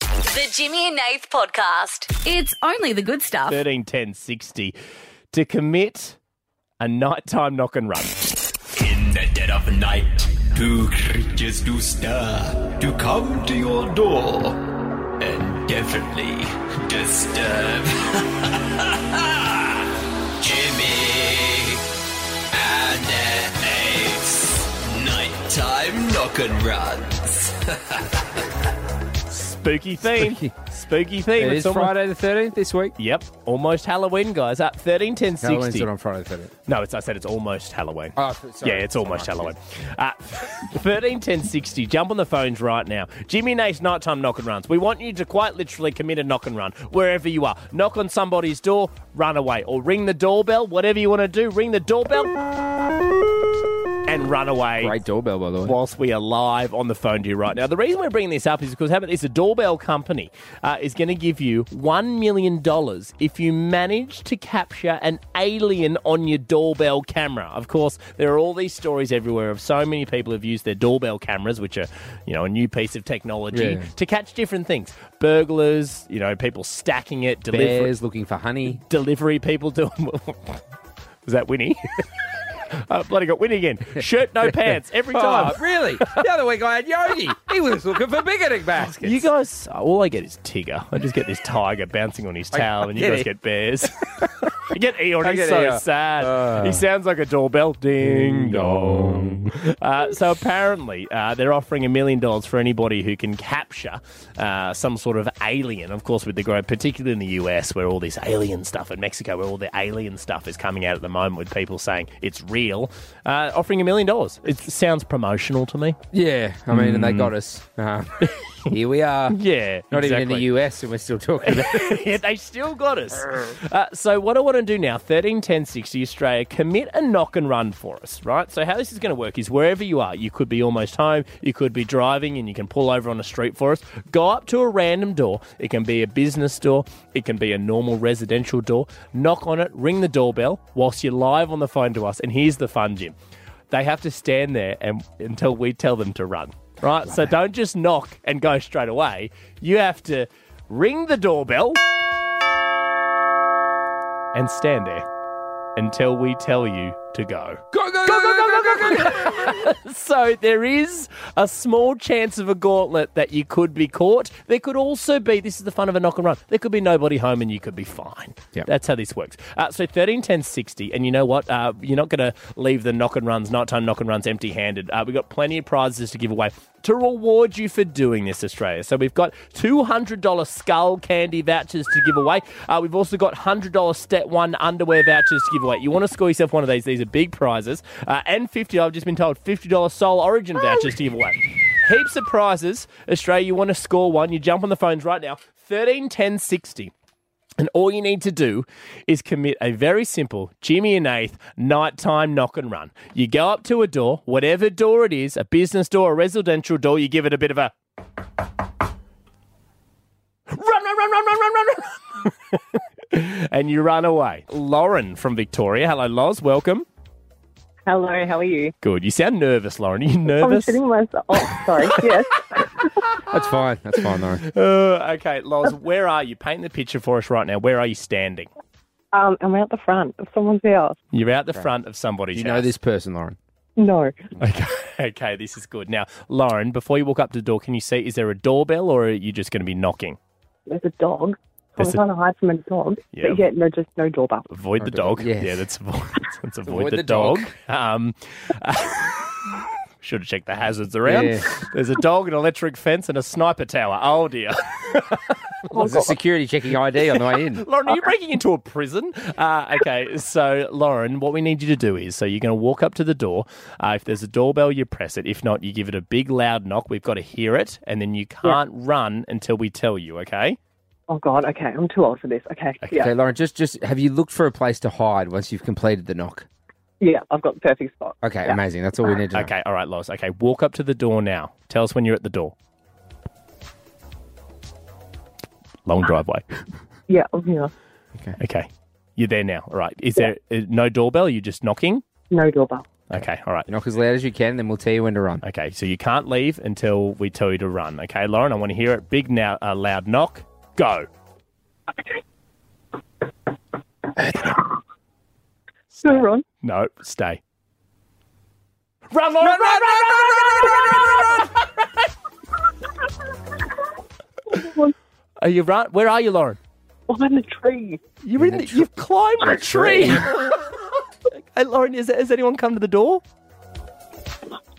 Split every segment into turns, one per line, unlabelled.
The Jimmy and Nath Podcast.
It's only the good stuff.
13 10 60 to commit a nighttime knock and run.
In the dead of night, two creatures do stir to come to your door and definitely disturb. Jimmy and Nate's nighttime knock and runs.
Spooky theme. Spooky,
Spooky.
theme.
It is
almost-
Friday the 13th this week.
Yep, almost Halloween, guys. Up 13 10 60.
Halloween's not on Friday the 13th.
No, it's, I said it's almost Halloween.
Oh, th- sorry.
Yeah, it's almost
Sorry.
Halloween. Uh, 13 10 60. Jump on the phones right now. Jimmy and Nate's nighttime knock and runs. We want you to quite literally commit a knock and run wherever you are. Knock on somebody's door, run away, or ring the doorbell, whatever you want to do. Ring the doorbell and run away.
Great doorbell, by the way.
Whilst we are live on the phone to you right now, the reason we're bringing this up is because haven't it's a doorbell company uh, is going to give you one million dollars if you manage to capture an alien on your doorbell camera. Of course, there are all these stories everywhere of so many people have used their doorbell cameras, which are you know a new piece of technology
Yeah.
to catch different things: burglars, you know, people stacking it, delivery,
Bears looking for honey.
delivery people doing. Is that Winnie? I bloody got Winnie again. Shirt, no pants. Every time.
Oh, really? The other week I had Yogi. He was looking for bigoting baskets.
You guys, all I get is Tigger. I just get this tiger bouncing on his tail, and you
get
guys
it.
get bears. I get Eeyore.
I
He's
get
so
uh,
Eeyore.
sad. he sounds like a doorbell. Ding dong. Uh, so apparently, uh, they're offering a million dollars for anybody who can capture uh, some sort of alien. Of course, with the growth, particularly in the US, where all this alien stuff, in Mexico, where all the alien stuff is coming out at the moment, with people saying it's real. Uh, offering a million dollars. It sounds promotional to me. Hmm.
yeah, I mean, and they got us. Um, here we are.
Yeah,
Not even in
exactly.
the US, and we're still talking about it.
yeah, they still got us. Uh, so what I want to do now, 13 10 60 Australia, commit a knock and run for us, right? So how this is going to work is wherever you are, you could be almost home, you could be driving and you can pull over on a street for us. Go up to a random door. It can be a business door, it can be a normal residential door. Knock on it, ring the doorbell whilst you're live on the phone to us. And here's the fun, Jim. They have to stand there and until we tell them to run. Right? So don't just knock and go straight away. You have to ring the doorbell and stand there until we tell you to go.
Go, go, go, go, go, go, go, go,
So there is a small chance of a gauntlet that you could be caught. There could also be this is the fun of a knock and run. There could be nobody home and you could be fine.
Yep.
That's how this works. Uh, so 13, 10, 60. And you know what? Uh, you're not going to leave the knock and runs, nighttime knock and runs empty handed. Uh, we've got plenty of prizes to give away to reward you for doing this, Australia. So we've got $200 skull candy vouchers to give away. Uh, we've also got $100 Stat 1 underwear vouchers to give away. You want to score yourself one of these. These are big prizes. Uh, and 50 I've just been told, $50 Soul Origin vouchers to give away. Heaps of prizes. Australia, you want to score one, you jump on the phones right now. 13 10 60. And all you need to do is commit a very simple Jimmy and Nath nighttime knock and run. You go up to a door, whatever door it is, a business door, a residential door, you give it a bit of a run, run, run, run, run, run, run, run. and you run away. Lauren from Victoria. Hello, Loz. Welcome.
Hello, how are you?
Good. You sound nervous, Lauren. Are you nervous?
I'm sitting myself. Oh, sorry. yes.
That's fine. That's fine, though.
Uh, okay, Loz, where are you? Paint the picture for us right now. Where are you standing?
Um, am I out the front of someone's house?
You're out the front of somebody's
You know
house.
this person, Lauren.
No.
Okay, okay, this is good. Now, Lauren, before you walk up to the door, can you see is there a doorbell or are you just going to be knocking?
There's a dog. I'm
There's a-
trying to hide from a dog.
Yeah.
But yeah, no, just no doorbell.
Avoid the
dog-
dog.
yes.
Yeah, that's avoid, that's avoid,
Avoid
the,
the
dog.
dog.
Um, should have checked the hazards around.
Yeah.
There's a dog, an electric fence, and a sniper tower. Oh dear,
There's a security checking ID on the way in.
Lauren, are you breaking into a prison? Uh, okay, so Lauren, what we need you to do is so you're going to walk up to the door. Uh, if there's a doorbell, you press it. If not, you give it a big loud knock. We've got to hear it, and then you can't run until we tell you. Okay.
Oh, God. Okay. I'm too old for this. Okay. Yeah.
Okay, Lauren, just just have you looked for a place to hide once you've completed the knock?
Yeah. I've got the perfect spot.
Okay, amazing. That's all we need to know.
Okay, all right, Lois. Okay, walk up to the door now. Tell us when you're at the door. Long
Ah.
driveway.
Yeah. I'm here.
Okay, you're there now. All right. Is there uh, no doorbell? You're just knocking.
No doorbell.
Okay, all right.
Knock as loud as you can, then we'll tell you when to run.
Okay, so you can't leave until we tell you to run. Okay, Lauren, I want to hear it. Big now, uh, loud knock. Go.
So Ron,
No, stay. Run, Lauren, run, run, Are you run? Where are you, Lauren?
I'm a tree.
You're in. The, you've climbed a tree. hey, Lauren, is, has anyone come to the door?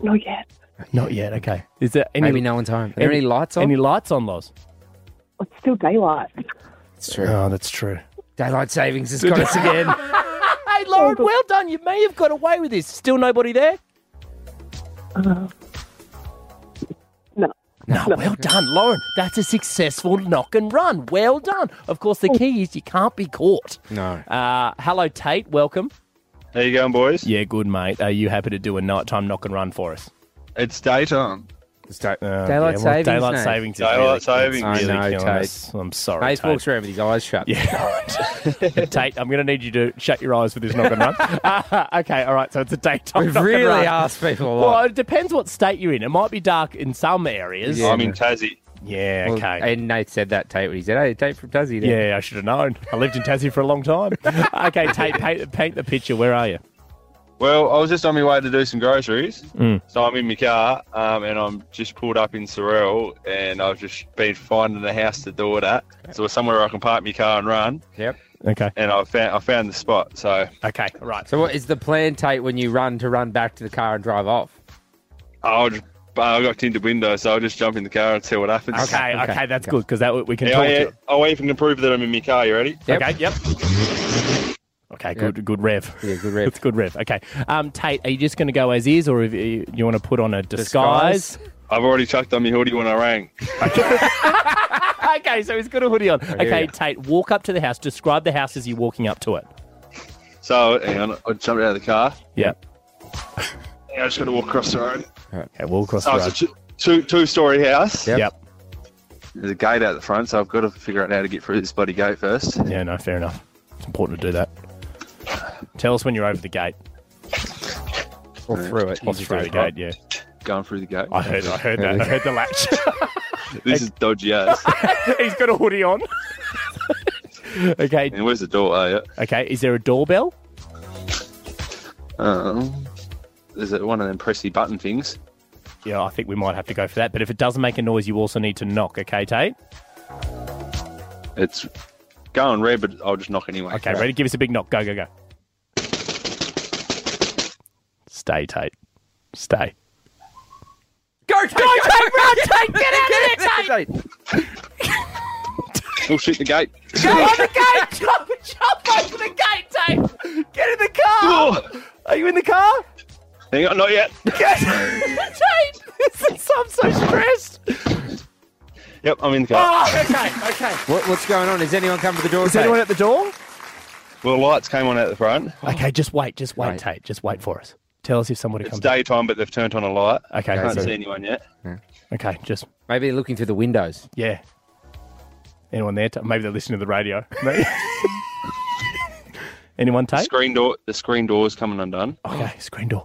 Not yet.
Not yet. Okay. Is there any
Maybe no one's home. Are there any lights on?
Any lights on, Loz?
It's still daylight.
It's true.
Oh, that's true.
Daylight savings has got us again.
Hey, Lauren, well done. You may have got away with this. Still nobody there?
No.
No, well done, Lauren. That's a successful knock and run. Well done. Of course, the key is you can't be caught.
No.
Uh, hello, Tate. Welcome.
How you going, boys?
Yeah, good, mate. Are you happy to do a nighttime knock and run for us?
It's daytime.
Daylight
yeah, well,
savings,
Daylight
mate.
savings. is
Daylight
really-
savings.
it's Really
uh, I know,
killing
Tate.
us. I'm sorry,
Mace
Tate.
walks around with his eyes shut.
Yeah. Tate, I'm going to need you to shut your eyes for this knock and run. Uh, okay, all right. So it's a daytime.
We've
knock and run.
really asked people a lot.
Well, it depends what state you're in. It might be dark in some areas.
Yeah.
I'm in Tassie.
Yeah,
Well,
okay.
And Nate said that, Tate, when he said, hey, Tate from Tassie. there."
yeah, I should have known. I lived in Tassie for a long time. okay, Tate, paint, paint the picture. Where are you?
Well, I was just on my way to do some groceries,
Mm.
so I'm in my car, um, and I'm just pulled up in Sorrel, and I've just been finding a house to do it at. So it's somewhere I can park my car and run,
Yep.
Okay.
and I found I found the spot. So
Okay, right.
So what is the plan, Tate, when you run to run back to the car and drive off?
Uh,
I'll just, I got tinted windows, so I'll just jump in the car and see what happens.
Okay, okay,
Okay,
that's
okay.
good because that we can
Yeah,
talk
I,
to
yeah,
it.
I even can prove that I'm in my car. You ready?
Yep.
Okay, yep. Okay, good, good rev.
Yeah, good rev.
It's good rev. Okay, um, Tate, are you just going to go as is, or if you, you want to put on a disguise?
I've already chucked on my hoodie when I rang.
okay, so he's got a hoodie on. Okay,
you.
Tate, walk up to the house. Describe the house as you're walking up to it.
So hang on, I jumped out of the car.
Yeah.
Yeah, I just got to walk across the road.
Okay, walk across
So
the road.
it's a two, two, two-story house.
Yep.
Yep.
There's a gate out the front, so I've got to figure out how to get through this bloody gate first.
Yeah, no, fair enough. It's important to do that. Tell us when you're over the gate.
Or through it. You
What's
just
through the
don't-
gate? Yeah,
Going through the gate.
I heard, I heard that. I heard the latch.
This is dodgy ass.
He's got a hoodie on. okay,
and where's the door? Oh, yeah.
okay. Is there a doorbell?
Um, is it one of them pressy button things?
Yeah, I think we might have to go for that. But if it doesn't make a noise, you also need to knock. Okay, Tate.
It's going red, but I'll just knock anyway.
Okay, ready? Give us a big knock. Go, go, go. Stay, Tate. Stay.
Go, Tate, go, Tate, run, Tate, get out of there, Tate.
Tate!
We'll shoot the gate.
jump, jump over the gate, Tate. Get in the car. Are you in the car?
Hang on, not yet.
Tate, this is, I'm so stressed.
Yep, I'm in the car.
Oh, okay, okay.
What, what's going on? Is anyone come to the door?
Is anyone at the door?
Well, lights came on out the front.
Okay, just wait, just wait,
Right.
Tate. Just wait for us. Tell us if somebody
It's
comes.
daytime, but they've turned on a light.
Okay,
I can't
so-
see anyone yet.
okay, just
Maybe they're looking through the windows.
yeah. Anyone there? Ta- Maybe they're listening to the radio. Maybe. Anyone, Tate?
Screen door. The screen door's coming undone,
okay, screen door.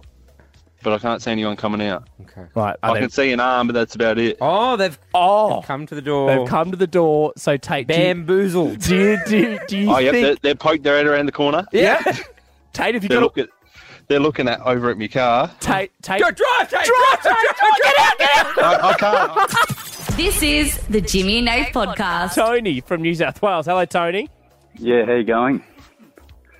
but I can't see anyone coming out.
Okay.
Right.
I
Are they-
can see an arm, but that's about it.
Oh, they've
oh,
come to the door.
they've come to the door. So Tate, do you-
Bamboozled.
do you, do you, do you
Oh, yep, they're,
think?
they're poked their head around the corner.
Yeah. Tate, have you
They're
got a,
looking, they're looking at over at my car.
Tate? Tate,
Go, drive, Tate, drive, Tate, drive, drive.
I, I can't.
This is the Jimmy and Nate podcast.
Tony from New South Wales. Hello, Tony.
Yeah, how you going?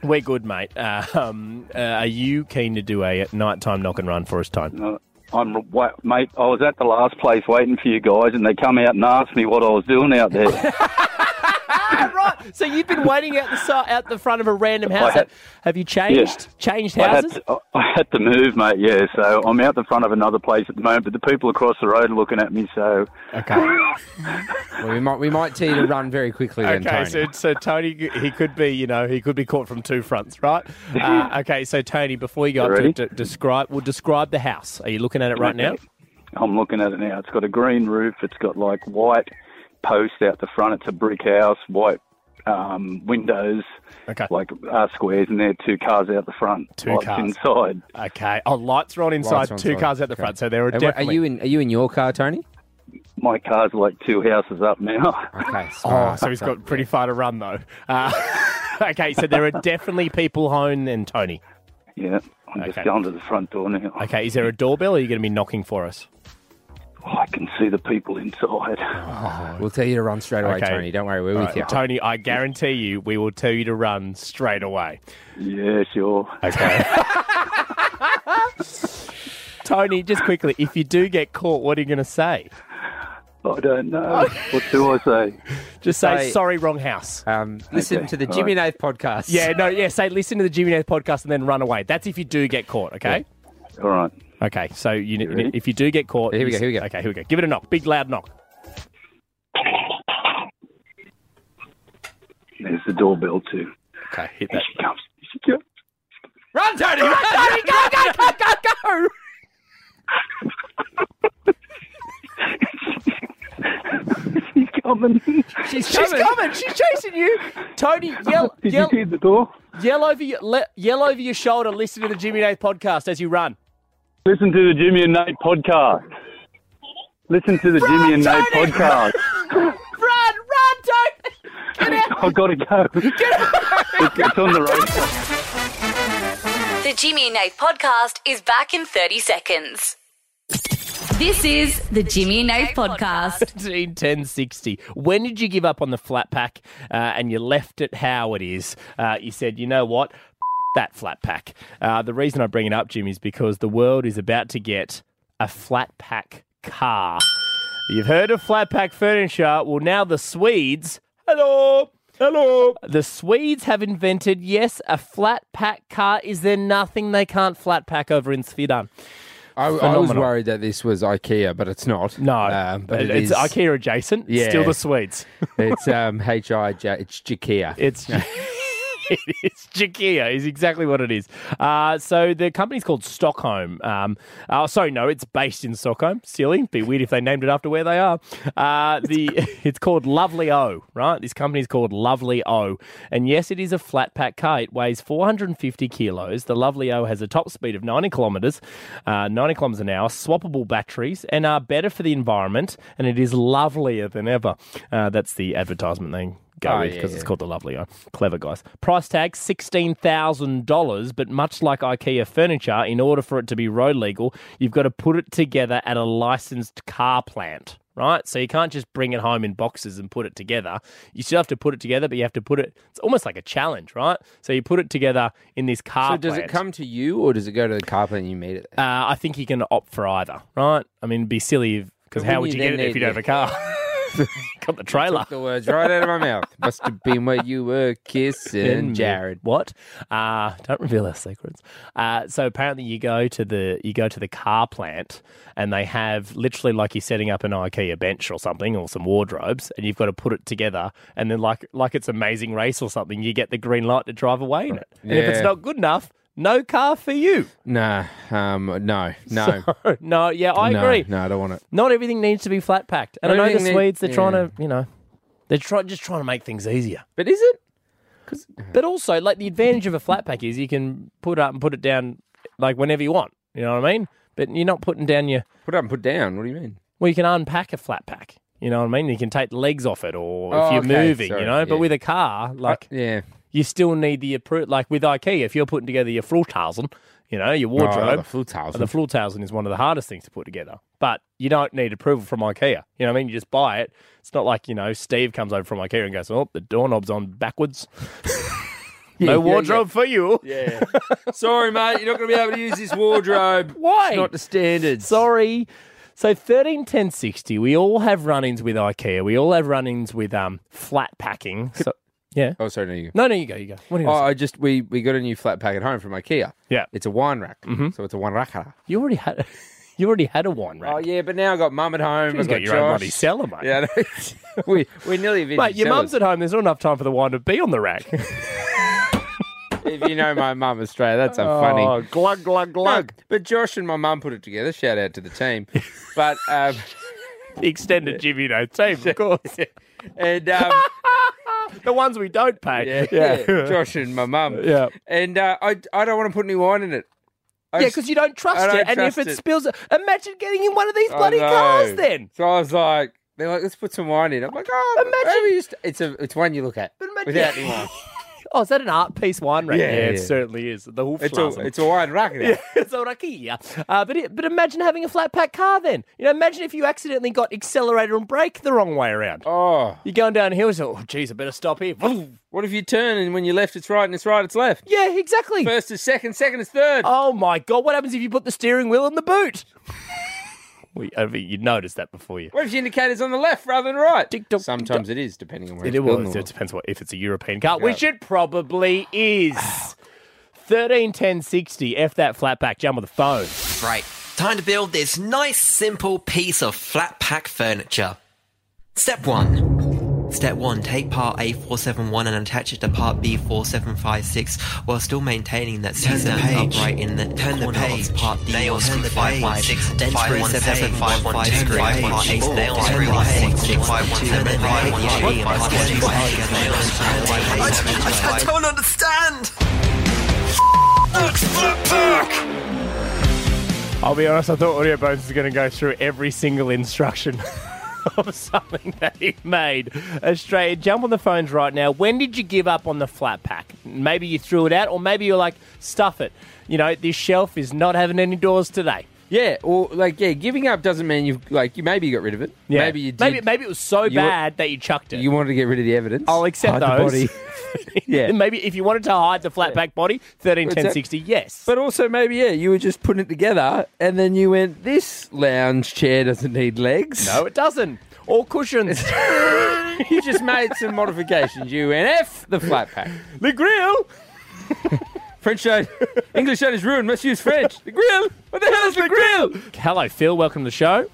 We're good, mate. Uh, um, uh, are you keen to do a nighttime knock and run for us, time?
Uh, I'm wa mate. I was at the last place waiting for you guys, and they come out and asked me what I was doing out there.
Ah, Right. So you've been waiting out the si- out the front of a random house.
had-
Have you changed changed
I had
houses?
to, oh. I had to move, mate. Yeah, so I'm out the front of another place at the moment, but the people across the road are looking at me. So
Okay. well, we might we might tell you to run very quickly then,
Okay,
Tony.
so, so Tony, he could be, you know, he could be caught from two fronts, right? Uh, okay, so Tony, before you go up to,
Ready?
to describe, we'll describe the house. Are you looking at it right now?
I'm looking at it now. It's got a green roof. It's got like white posts out the front. It's a brick house, white um, windows,
Okay.
like R squares, and there are two cars out the front.
Two
lights
cars.
inside.
Okay. Oh, lights are on inside.
Lights are on
two
inside.
cars out the
Okay.
front. So there are
And what- Are
definitely.
you in? Are you in your car, Tony?
My car's like two houses up now.
Okay. so-
Oh, so he's got pretty far to run though. Uh, okay, so there are definitely people home then, Tony.
yeah, I'm
Okay.
just going to the front door now.
Okay, is there a doorbell? Or are you going to be knocking for us?
Oh, I can see the people inside.
Oh,
We'll tell you to run straight away,
Okay.
Tony. Don't worry, we're
All
with
right,
you.
Tony, I guarantee you, we will tell you to run straight away.
yeah, sure.
Okay. Tony, just quickly, if you do get caught, what are you going to say?
I don't know. what do I say?
Just say,
Say-
sorry, wrong house.
Um, listen
Okay,
to the
all
Jimmy Nath podcast.
Yeah, no, yeah, say, listen to the Jimmy Nath podcast and then run away. That's if you do get caught, okay?
All right.
Okay, so you,
ready?
if you do get caught.
Here we go, here we go.
Okay, here we go. Give it a knock. Big, loud knock.
There's the doorbell too.
Okay, hit
Here she comes. Here she comes.
Run, Tony! Run, Tony! Go, go, go, go, go!
She's coming. Did
She's
She's
coming.
coming. She's chasing you, Tony. Yell,
you
yell,
hear the door?
yell over your le- yell over your shoulder. Listen to the Jimmy Nath podcast as you run.
Listen to the Jimmy and Nate podcast. Listen to the Jimmy and Nate podcast.
Run, run,
I've got to go. It's, it's on the road.
The Jimmy and Nate podcast is back in 30 seconds. This is the Jimmy and Nate podcast.
Tony. 1060. When did you give up on the flat pack uh, and you left it how it is? Uh, you said, you know what, F- that flat pack. Uh, the reason I bring it up, Jimmy, is because the world is about to get a flat pack car. You've heard of flat pack furniture. Well, now the Swedes. Hello. Hello. The Swedes have invented, yes, a flat pack car. Is there nothing they can't flat pack over in Svidan?
I, I was
Phenomenal.
worried that this was IKEA, but it's not.
No.
um, but
it's
it's
IKEA adjacent. It's Still
Yeah.
the Swedes.
It's um, H I J. E It's Jakia.
It's. E It's Jakia is exactly what it is. Uh, so the company's called Stockholm. Um, oh, sorry, no, it's based in Stockholm. Silly, be weird if they named it after where they are. Uh, the it's called Lovely O, right? This company's called Lovely O, and yes, it is a flat pack car. It weighs 450 kilos. The Lovely O has a top speed of 90 kilometers, uh, 90 kilometers an hour. Swappable batteries and are better for the environment, and it is lovelier than ever. Uh, that's the advertisement thing go
Oh,
with
yeah,
because it's
yeah.
called the Lovely O. Clever guys. Price tag sixteen thousand dollars, but much like IKEA furniture, in order for it to be road legal, you've got to put it together at a licensed car plant. Right, so you can't just bring it home in boxes and put it together. You still have to put it together, but you have to put it. It's almost like a challenge, right? So you put it together in this car.
so does it
plant.
come to you, or does it go to the car plant and you meet it? there?
Uh, I think you can opt for either, right? I mean, it'd be silly because
But
how
wouldn't
would you
you
get it
then
if you
need-
don't have a car? Got the trailer.
the words right out of my mouth. Must have been where you were kissing
And
Jared.
What? Uh, don't reveal our secrets. Uh, so apparently, you go to the you go to the car plant, and they have literally like you're setting up an IKEA bench or something, or some wardrobes, and you've got to put it together. And then like like it's amazing race or something, you get the green light to drive away in it. And if it's
Yeah.
not good enough, no car for you.
Nah, um, no, no,
no, yeah, I
no,
agree.
no, I don't want it.
Not everything needs to be flat packed, and I know the
Everything need-
Swedes. They're trying
yeah.
to you know. They're try, just trying to make things easier.
But is it?
But also, like the advantage of a flat pack is you can put up and put it down like whenever you want. You know what I mean? But you're not putting down your
Put up and put down. What do you mean?
well, you can unpack a flat pack. You know what I mean? You can take the legs off it, or
Oh,
if you're
okay,
moving,
sorry,
you know. But
yeah. Uh,
with a car, like
Yeah.
you still need the appro Like with IKEA, if you're putting together your Flutausen, you know, your
Oh, the
wardrobe,
full tiles.
the Flutausen is one of the hardest things to put together. But you don't need approval from IKEA. You know what I mean? You just buy it. It's not like you know Steve comes over from IKEA and goes, "Oh, the doorknob's on backwards." no wardrobe for you.
Yeah. Sorry, mate. You're not going to be able to use this wardrobe.
Why?
It's not the standards.
Sorry. So thirteen ten sixty. We all have run-ins with IKEA. We all have run-ins with um flat packing. So yeah.
Oh, sorry, no, you.
No, no, you go, you go. What do you
Oh,
oh,
I just we we got a new flat pack at home from IKEA.
Yeah. Mm-hmm.
It's a wine rack, so it's a wine racker.
You already had. You already had a wine rack.
Oh yeah, but now I got mum at home.
You've
I got,
got your own
Josh.
bloody cellar, mate.
Yeah, we we're nearly vintage
Mate, your mum's
sellers.
at home. There's not enough time for the wine to be on the rack.
If you know my mum, Australia, that's a funny.
Oh, glug glug
No,
glug.
but Josh and my mum put it together. Shout out to the team. But um,
Extended Jimmy no team, of course.
and um,
the ones we don't pay.
Yeah. Josh and my mum.
Yeah.
And uh, I, I don't want to put any wine in it. I
Yeah,
just-
because you don't trust
I don't
it, and if
trust
it,
it.
spills, imagine getting in one of these
I
bloody
know.
cars. Then,
So I was like, they're like, let's put some wine in. I'm like, oh,
Imagine-
maybe you st-" it's a, it's one you look at
But imagine-
without any wine.
oh, is that an art piece wine rack?
Yeah,
it
yeah.
certainly is. The whole
It's a, it's a wine rack. now.
it's all lucky, yeah. Uh, but it, but imagine having a flat pack car then. You know, imagine if you accidentally got accelerator and brake the wrong way around.
Oh,
You're going down hills. Oh, geez, I better stop here. Vroom.
what if you turn and when you left, it's right, and it's right, it's left.
Yeah, exactly.
First is second, second is third.
Oh my god, what happens if you put the steering wheel in the boot? we, I mean, you noticed that before you.
What if your indicator's on the left rather than right?
Tick tock,
Sometimes it is, depending on where
It,
it's built.
was, it depends what if it's a European car, which it probably is. Thirteen ten sixty. F that flat pack. Jump with the phone.
Right, time to build this nice, simple piece of flat pack furniture. Step one. Step one, take part A471 and attach it to part B4756 while still maintaining that C stands upright in the turn the page. of part D nail screw 516, then screw 751, screw part A, nail screw 516, 517, 518, and part D nail screw 518.
I don't understand.
I'll be honest, I thought Audio Bones was going to go through every single instruction of Oh, something that he made. Australia, jump on the phones right now. When did you give up on the flat pack? Maybe you threw it out, or maybe you're like, stuff it. You know, this shelf is not having any doors today.
Yeah, or like yeah, giving up doesn't mean you've like you maybe you got rid of it.
Yeah.
Maybe you did.
Maybe, maybe it was so
You-
bad that you chucked it.
you wanted to get rid of the evidence.
I'll accept
Hide the
those.
body. Yeah.
maybe if you wanted to hide the flat pack body, 13, 10,
Exact-
60, yes.
But also maybe yeah, you were just putting it together, and then you went, "This lounge chair doesn't need legs."
no, it doesn't. Or cushions.
you just made some modifications. You went F the flat pack.
the grill.
French show, English show is ruined. Must use French. The grill. What the hell is the grill?
Hello, Phil. Welcome to the show.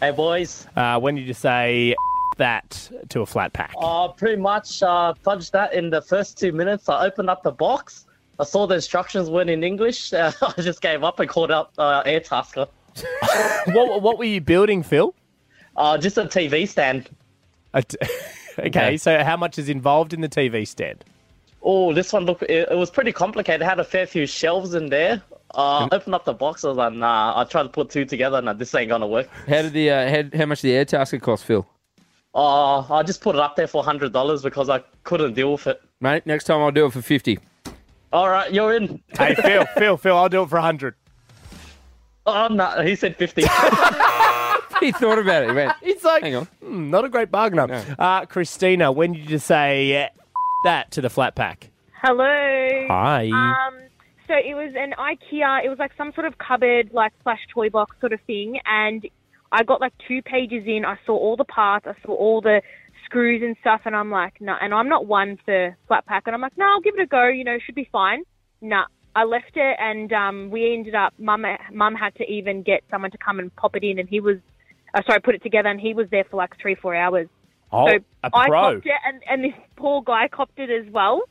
Hey boys,
Uh, when did you say that to a flat pack?
uh, pretty much uh, fudged that in the first two minutes. I opened up the box. I saw the instructions weren't in English. Uh, I just gave up and called up uh, Air Tasker.
what, what were you building, Phil?
Uh, just a TV stand.
A t- okay, so how much is involved in the TV stand?
Oh, this one looked, it, it was pretty complicated. It had a fair few shelves in there. Uh, I opened up the box. I was like, nah, I tried to put two together. Nah, this ain't gonna work.
How did the uh, how, how much did the air tasker cost, Phil?
Uh, I just put it up there for $100 because I couldn't deal with it.
Mate, next time I'll do it for fifty.
All right, you're in.
Hey, Phil, Phil, Phil, I'll do it for 100.
Oh, no, he said 50.
He thought about it. He went,
It's like,
Hang on.
hmm, not a great bargainer. Uh, Christina, when did you say that to the flat pack?
Hello.
Hi.
Um, so it was an IKEA. It was like some sort of cupboard, like slash toy box sort of thing. And I got like two pages in. I saw all the parts. I saw all the screws and stuff. And I'm like, no. And I'm not one for flat pack. And I'm like, no, I'll give it a go. You know, should be fine. Nah. I left it, and um, we ended up. Mum, mum had to even get someone to come and pop it in, and he was, uh, sorry, put it together, and he was there for like three, four hours.
oh,
So
a
I
pro.
copped it, and, and this poor guy copped it as well.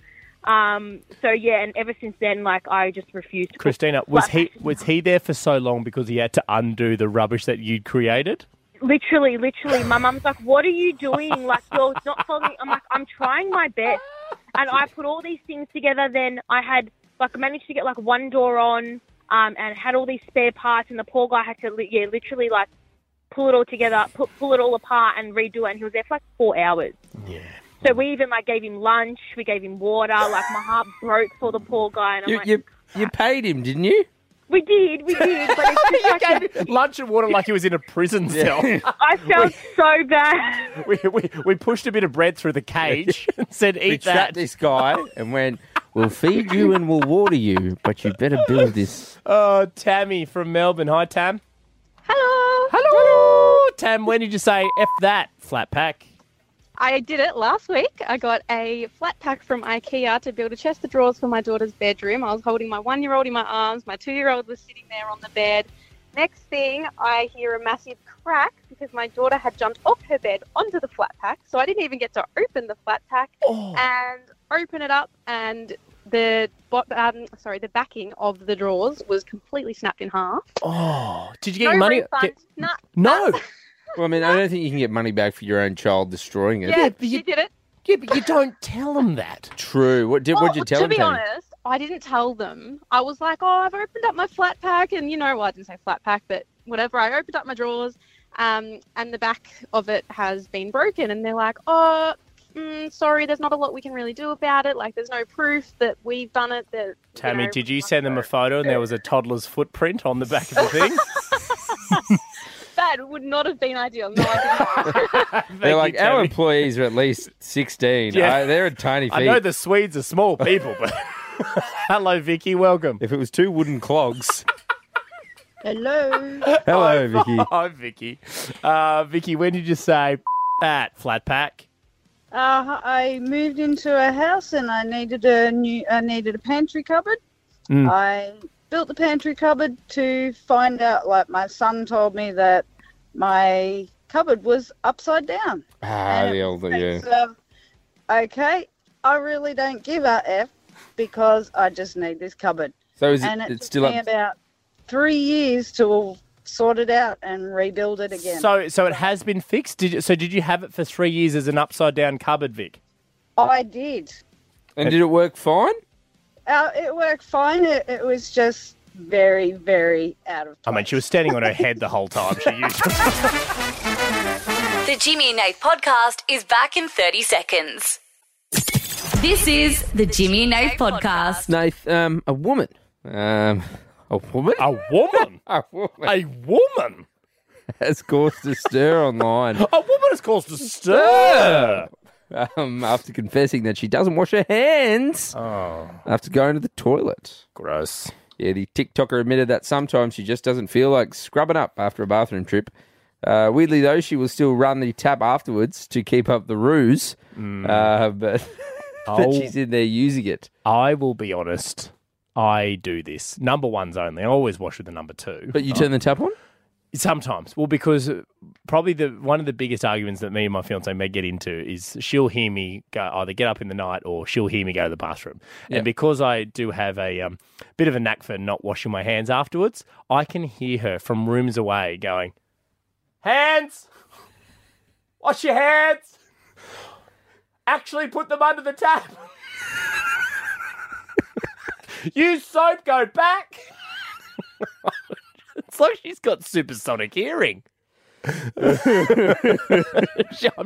Um, so yeah, and ever since then, like I just refused. to cook.
Christina, was
Flat
he was he there for so long because he had to undo the rubbish that you'd created?
Literally, literally, my mum's like, "What are you doing? Like you're not following." I'm like, "I'm trying my best," and I put all these things together. Then I had like managed to get like one door on, um, and had all these spare parts, and the poor guy had to li- yeah, literally like pull it all together, put, pull it all apart, and redo it. And he was there for like four hours. Yeah. So we even like gave him lunch, we gave him water. Like my heart broke for the poor guy, and I'm
you,
like,
you you paid him, didn't you?
"We did, we did," but it's just like a-
Lunch and water like he was in a prison cell.
I felt so bad.
we, we, we pushed a bit of bread through the cage and said,
We
eat that.
trapped this guy and went, "We'll feed you and we'll water you, but you better build this."
Oh, Tammy from Melbourne. Hi, Tam.
Hello.
Hello. Tam, when did you say F that? Flat pack.
I did it last week. I got a flat pack from IKEA to build a chest of drawers for my daughter's bedroom. I was holding my one year old in my arms. My two year old was sitting there on the bed. Next thing, I hear a massive crack because my daughter had jumped off her bed onto the flat pack. So I didn't even get to open the flat pack
Oh.
and open it up. And the bo- um, sorry, the backing of the drawers was completely snapped in half.
Oh, did you get
No
your money?
refund.
Get-
Nah.
no.
Well, I mean, I don't think you can get money back for your own child destroying it.
Yeah, she did it.
Yeah, but you don't tell them that.
True. What did
Well,
what'd you tell
to
him?
be
Tony?
honest, I didn't tell them. I was like, oh, I've opened up my flat pack, and you know, well, I didn't say flat pack, but whatever. I opened up my drawers, um, and the back of it has been broken, and they're like, oh, mm, sorry, there's not a lot we can really do about it. Like, there's no proof that we've done it. That
Tammy, did you send them a photo and there was a toddler's footprint on the back of the thing?
that would not have been ideal. No, I didn't.
They're like our employees are at least sixteen.
Yeah.
I- they're a tiny. Feet.
I know the Swedes are small people, but hello, Vicky. Welcome.
If it was two wooden clogs.
Hello.
Hello, Vicky.
Hi, Vicky. Uh, Vicky, when did you say that flat pack?
Uh, I moved into a house and I needed a new. I needed a pantry cupboard.
Mm.
I built the pantry cupboard to find out. Like my son told me that my cupboard was upside down.
Ah, the older, yeah.
So, okay, I really don't give a f because I just need this cupboard.
So is it-
and it
it's
took
still
me
up-
about three years to sort it out and rebuild it again.
So, so it has been fixed. Did you, so? Did you have it for three years as an upside down cupboard, Vic?
I did.
And did it work fine?
Uh, it worked fine. It, it was just very, very out of.
I mean, she was standing on her head the whole time. She used.
The Jimmy and Nate podcast is back in 30 seconds. This is the Jimmy and Nate podcast.
Nath, um, a woman. Um, a woman?
A woman?
a woman.
A woman?
Has caused a stir online.
A woman has caused a stir.
Um, after confessing that she doesn't wash her hands
oh.
after going to the toilet.
Gross.
Yeah, the TikToker admitted that sometimes she just doesn't feel like scrubbing up after a bathroom trip. Uh, weirdly, though, she will still run the tap afterwards to keep up the ruse.
Hmm.
Uh, but
Oh.
that she's in there using it.
I will be honest. I do this. Number one's only. I always wash with the number two.
But you turn the tap on?
Sometimes. Well, because uh, probably the one of the biggest arguments that me and my fiance may get into is she'll hear me go either get up in the night or she'll hear me go to the bathroom.
Yeah.
And because I do have a um, bit of a knack for not washing my hands afterwards, I can hear her from rooms away going, Hands! Wash your hands! Actually, put them under the tap! Use soap, go back! it's like she's got supersonic hearing. I'm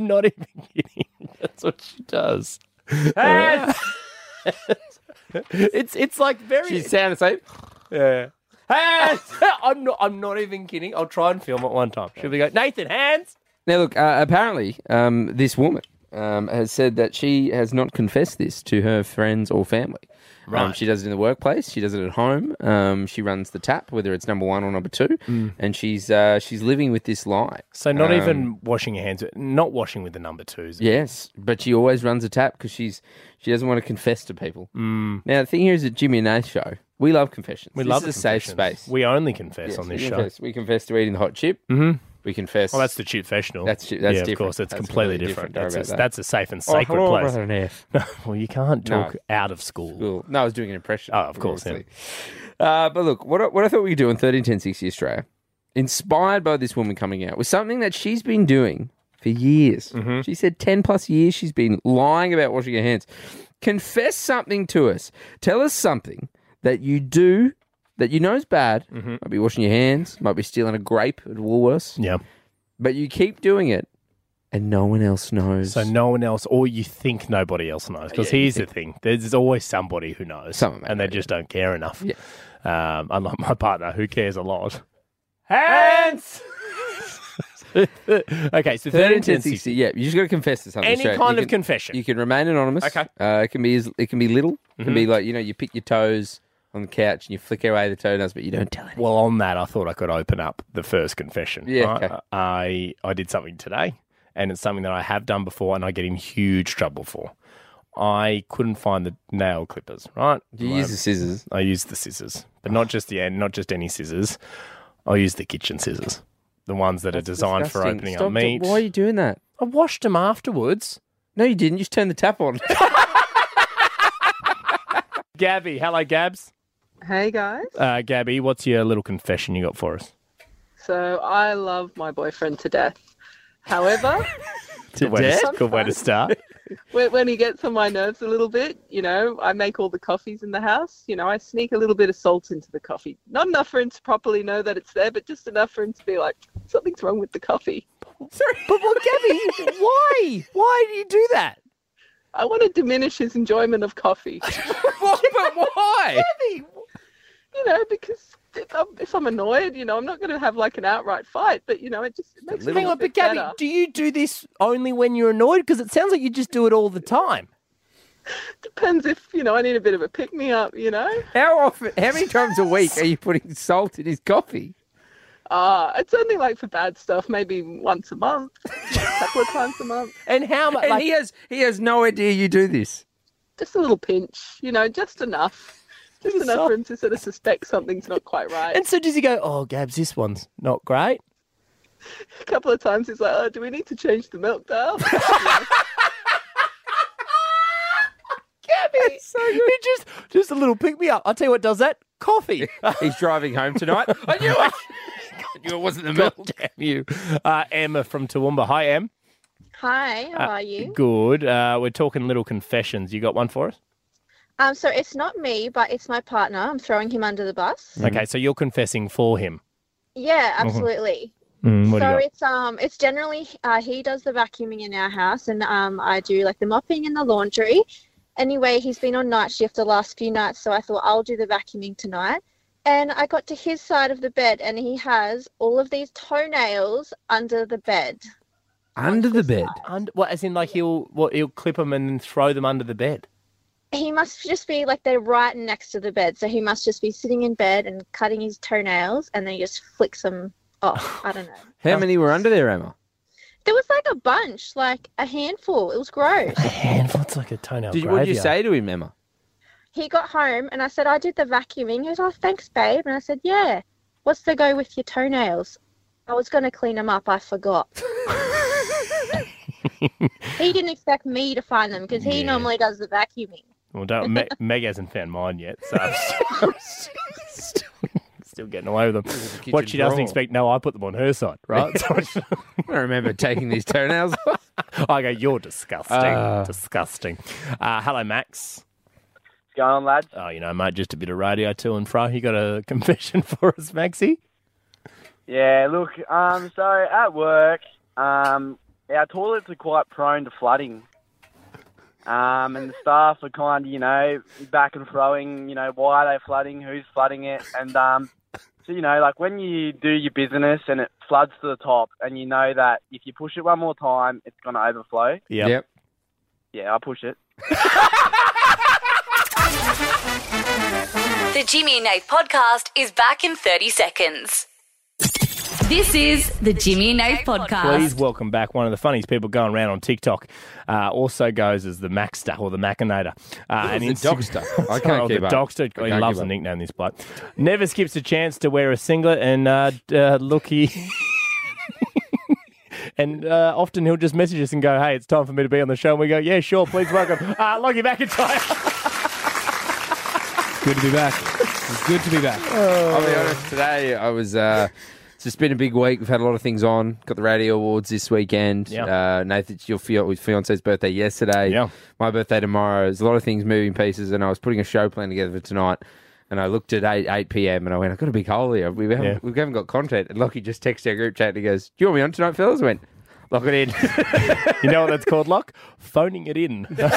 not even kidding. That's what she does.
Ah!
Hands! it's it's like very.
She sounds Ah! like
yeah. Hands! I'm not. I'm not even kidding. I'll try and film it one time. She'll be going, Nathan, hands.
Now, look, uh, apparently, um, this woman um, has said that she has not confessed this to her friends or family. Um,
Right.
she does it in the workplace. She does it at home. Um, she runs the tap, whether it's number one or number two,
Mm.
and she's uh, she's living with this lie.
So not
Um,
even washing your hands. Not washing with the number twos.
yes, but she always runs a tap because she's she doesn't want to confess to people.
Mm.
Now the thing here is at Jimmy and Nath show, we love confessions.
We
This
love
is a safe
confessions.
space.
We only confess
Yes,
on
we
this show.
confess. We confess to eating the hot chip.
Mhm.
We confess.
Well, that's the cheap professional.
That's chi- that's
yeah,
different.
of course, it's
That's
completely,
completely
different.
different. Don't
That's, a,
worry
that's a
about
safe and
that. Oh,
sacred
hello,
place.
brother Neff.
well, you can't
No.
talk out of school.
Well, No, I was doing an impression.
Oh, of course. Yeah.
obviously. Uh, but look, what I, what I thought we could do on 13, 10, 60 Australia, inspired by this woman coming out, was something that she's been doing for years.
Mm-hmm.
She said 10 plus years she's been lying about washing her hands. Confess something to us. Tell us something that you do that you know is bad.
Mm-hmm.
Might be washing your hands, might be stealing a grape at Woolworths.
Yeah.
But you keep doing it and no one else knows.
So no one else, or you think nobody else knows. Because
Yeah, you
here's the thing: there's always somebody who knows, and they just don't care enough. Yeah. Um, unlike my partner, who cares a lot. Hands. okay, so
13,
13,
10, 60. Yeah, you just got to confess to something.
Any
straight.
kind of
You can-
confession.
You can remain anonymous.
Okay.
Uh, it can be as, it can be little. It can be
Mhm.
like you know you pick your toes on the couch and you flick away the toenails, but you don't tell it.
Well, on that, I thought I could open up the first confession.
Yeah,
right?
okay.
I, I did something today, and it's something that I have done before, and I get in huge trouble for. I couldn't find the nail clippers. Right?
You use the scissors.
I used the scissors, but not just the end, not just any scissors. I used the kitchen scissors, the ones that are designed for
Disgusting.
opening
Stop
up
do-
meat.
Why are you doing that?
I washed them afterwards.
No, you didn't. You just turned the tap on.
Gabby, hello, Gabs.
Hey guys.
Uh, Gabby, what's your little confession you got for us?
So I love my boyfriend to death. However,
Good way to-
death?
Good way to start.
when, when he gets on my nerves a little bit, you know, I make all the coffees in the house. You know, I sneak a little bit of salt into the coffee. Not enough for him to properly know that it's there, but just enough for him to be like, something's wrong with the coffee.
Sorry, but well, Gabby, why? Why do you do that?
I want to diminish his enjoyment of coffee.
but why?
Gabby, you know, because if I'm, if I'm annoyed, you know, I'm not going to have like an outright fight, but you know, it just it makes me
Hang on,
feel
but Gabby,
better.
do you do this only when you're annoyed? Because it sounds like you just do it all the time.
Depends if you know I need a bit of a pick me up, you know.
How often? How many times a week are you putting salt in his coffee?
Uh, it's only like for bad stuff, maybe once a month, a couple of times a month.
And how
And he has he has no idea you do this.
Just a little pinch, you know, just enough, just enough for him to sort of suspect something's not quite right.
And so does he go, oh, Gabs, this one's not great?
a couple of times he's like, "Oh, do we need to change the milk dial?"
Gabby, so good. He just, just a little pick me up. I'll tell you what does that coffee.
He's driving home tonight. I knew it. I knew it wasn't the milk.
Damn you. Uh, Emma from Toowoomba. Hi, Em.
Hi, how
Uh,
are you?
Good. Uh, we're talking little confessions. You got one for us?
Um, so it's not me, but it's my partner. I'm throwing him under the bus.
Okay, so you're confessing for him.
Yeah,
Mhm.
absolutely.
Mm, what do you
so
got?
it's um it's generally uh, he does the vacuuming in our house and um I do like the mopping and the laundry. Anyway, he's been on night shift the last few nights, so I thought I'll do the vacuuming tonight. And I got to his side of the bed, and he has all of these toenails under the bed.
Under the bed.
Und- what, as in like he'll what he'll clip them and then throw them under the bed.
He must just be like they're right next to the bed, so he must just be sitting in bed and cutting his toenails, and then he just flicks them off. I don't know.
How many were under there, Emma?
There was like a bunch, like a handful. It was gross.
What's like a toenail
Did you, what did you
graveyard?
say to him, Emma?
He got home and I said, I did the vacuuming. He was like, thanks, babe. And I said, yeah. What's the go with your toenails? I was going to clean them up. I forgot. he didn't expect me to find them because he
Yeah.
normally does the vacuuming.
Well, don't, Me- Meg hasn't found mine yet, so I'm still, still, still getting away with them.
kitchen
What she doesn't
drawer.
expect, no, I put them on her side, right? So I
I remember taking these toenails off.
I go, you're disgusting,
Uh.
disgusting. Uh, hello, Max.
What's going on, lads?
Oh, you know, mate, just a bit of radio to and fro. You got a confession for us, Maxie?
Yeah, look, um, so at work, um, our toilets are quite prone to flooding. Um, and the staff are kind of, you know, back and throwing, you know, why are they flooding, who's flooding it, and, um, so, you know, like when you do your business and it floods to the top and you know that if you push it one more time, it's going to overflow.
Yep.
Yeah, I push it.
The Jimmy and Nate podcast is back in 30 seconds. This is the Jimmy and Nate podcast.
Please welcome back one of the funniest people going around on TikTok. Uh, also goes as the Maxster or the Machinator. Uh,
It was the Dockster. I
Sorry,
can't
oh,
keep
the
up.
Dockster.
I
He
can't
loves
keep
the
up.
nickname, this bloke. Never skips a chance to wear a singlet and uh, d- uh, look, he... And uh, often he'll just message us and go, hey, it's time for me to be on the show. And we go, yeah, sure, please welcome uh, Lockie McIntyre.
Good to be back. It's good to be back.
Oh.
I'll be honest. Today I was. Uh, it's just been a big week. We've had a lot of things on. Got the radio awards this weekend.
Yeah.
Uh, Nathan's your fia- fiance's birthday yesterday.
Yeah.
My birthday tomorrow. There's a lot of things moving pieces, and I was putting a show plan together for tonight. And I looked at eight eight p.m. and I went, I've got a big hole here. We haven't,
Yeah.
we haven't got content. And Lockie just texted our group chat and he goes, "Do you want me on tonight, fellas?" I went, "Lock it in."
you know what that's called, Lock? Phoning it in.
no,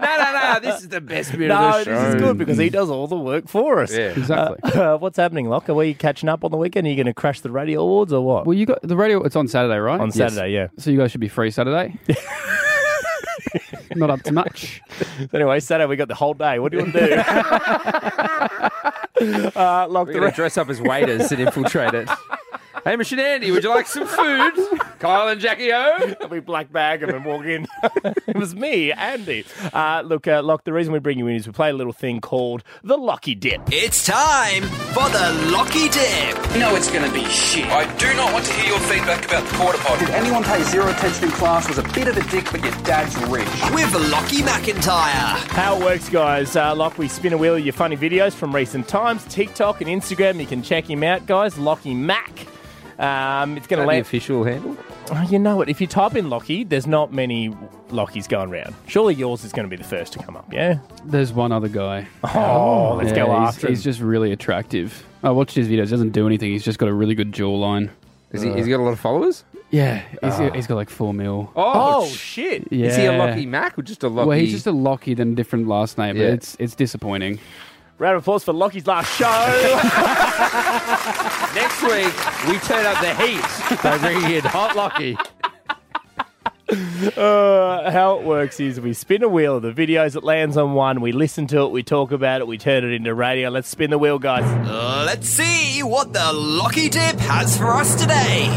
no, no. This is the best bit
no,
of the show.
this is good because he does all the work for us.
Yeah. Exactly.
Uh, uh, what's happening, Locke? Are we catching up on the weekend? Are you going to crash the radio awards or what?
Well, you got the radio. It's on Saturday, right?
On Saturday,
yeah. So you guys should be free Saturday. Not up to much.
anyway, Saturday we got the whole day. What do you want to do? uh, Locke, the
We're going
ra-
to dress up as waiters and infiltrate it. Hey, Miss and Andy, would you like some food? Kyle and Jackie O.
We black bag them and walk in. it was me, Andy. Uh, look, uh, Locke, the reason we bring you in is we play a little thing called the Lockie Dip.
It's time for the Lockie Dip.
No, it's going to be shit. I do not want to hear your feedback about the porta potty. Did anyone pay zero attention in class? Was a bit of a dick, but your dad's rich.
With Lockie McIntyre.
How it works, guys. Uh, Locke, we spin a wheel of your funny videos from recent times, TikTok and Instagram. You can check him out, guys. Lockie Mac. Um, it's going
Is that
to
the
land
official handle.
You know what? If you type in Lockie, there's not many Lockies going round. Surely yours is going to be the first to come up. Yeah.
There's one other guy.
Oh, let's go
he's-
after him.
He's just really attractive. I watched his videos. He doesn't do anything. He's just got a really good jawline. Uh,
Is he? He's got a lot of followers.
Yeah, he's,
Oh.
he's got like four mil.
Oh,
Oh, shit!
Yeah.
Is he a Lockie Mac or just a Lockie?
Well, he's just a Lockie, then a different last name.
Yeah.
But it's it's disappointing.
Round of applause for Lockie's last show.
Next week we turn up the heat by bringing in Hot Lockie.
uh, how it works is we spin a wheel of the videos. It lands on one. We listen to it. We talk about it. We turn it into radio. Let's spin the wheel, guys.
Let's see what the Lockie Dip has for us today.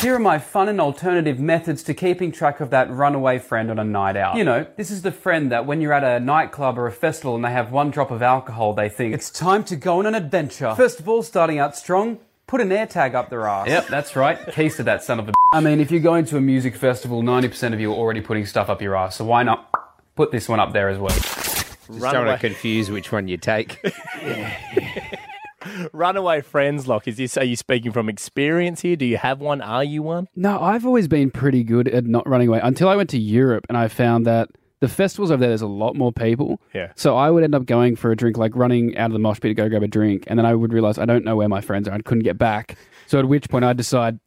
Here are my fun and alternative methods to keeping track of that runaway friend on a night out. You know, this is the friend that when you're at a nightclub or a festival and they have one drop of alcohol, they think, it's time to go on an adventure. First of all, starting out strong, put an air tag up their ass. Yep, that's right. Keys to that son of a I mean, if you're going to a music festival, 90% of you are already putting stuff up your ass, so why not put this one up there as well?
Just don't want to confuse which one you take.
Runaway friends, Lock. Is this? Are you speaking from experience here? Do you have one? Are you one?
No, I've always been pretty good at not running away until I went to Europe and I found that the festivals over there, there's a lot more people.
Yeah.
So I would end up going for a drink, like running out of the mosh pit to go grab a drink. And then I would realize I don't know where my friends are and couldn't get back. So at which point I'd decide,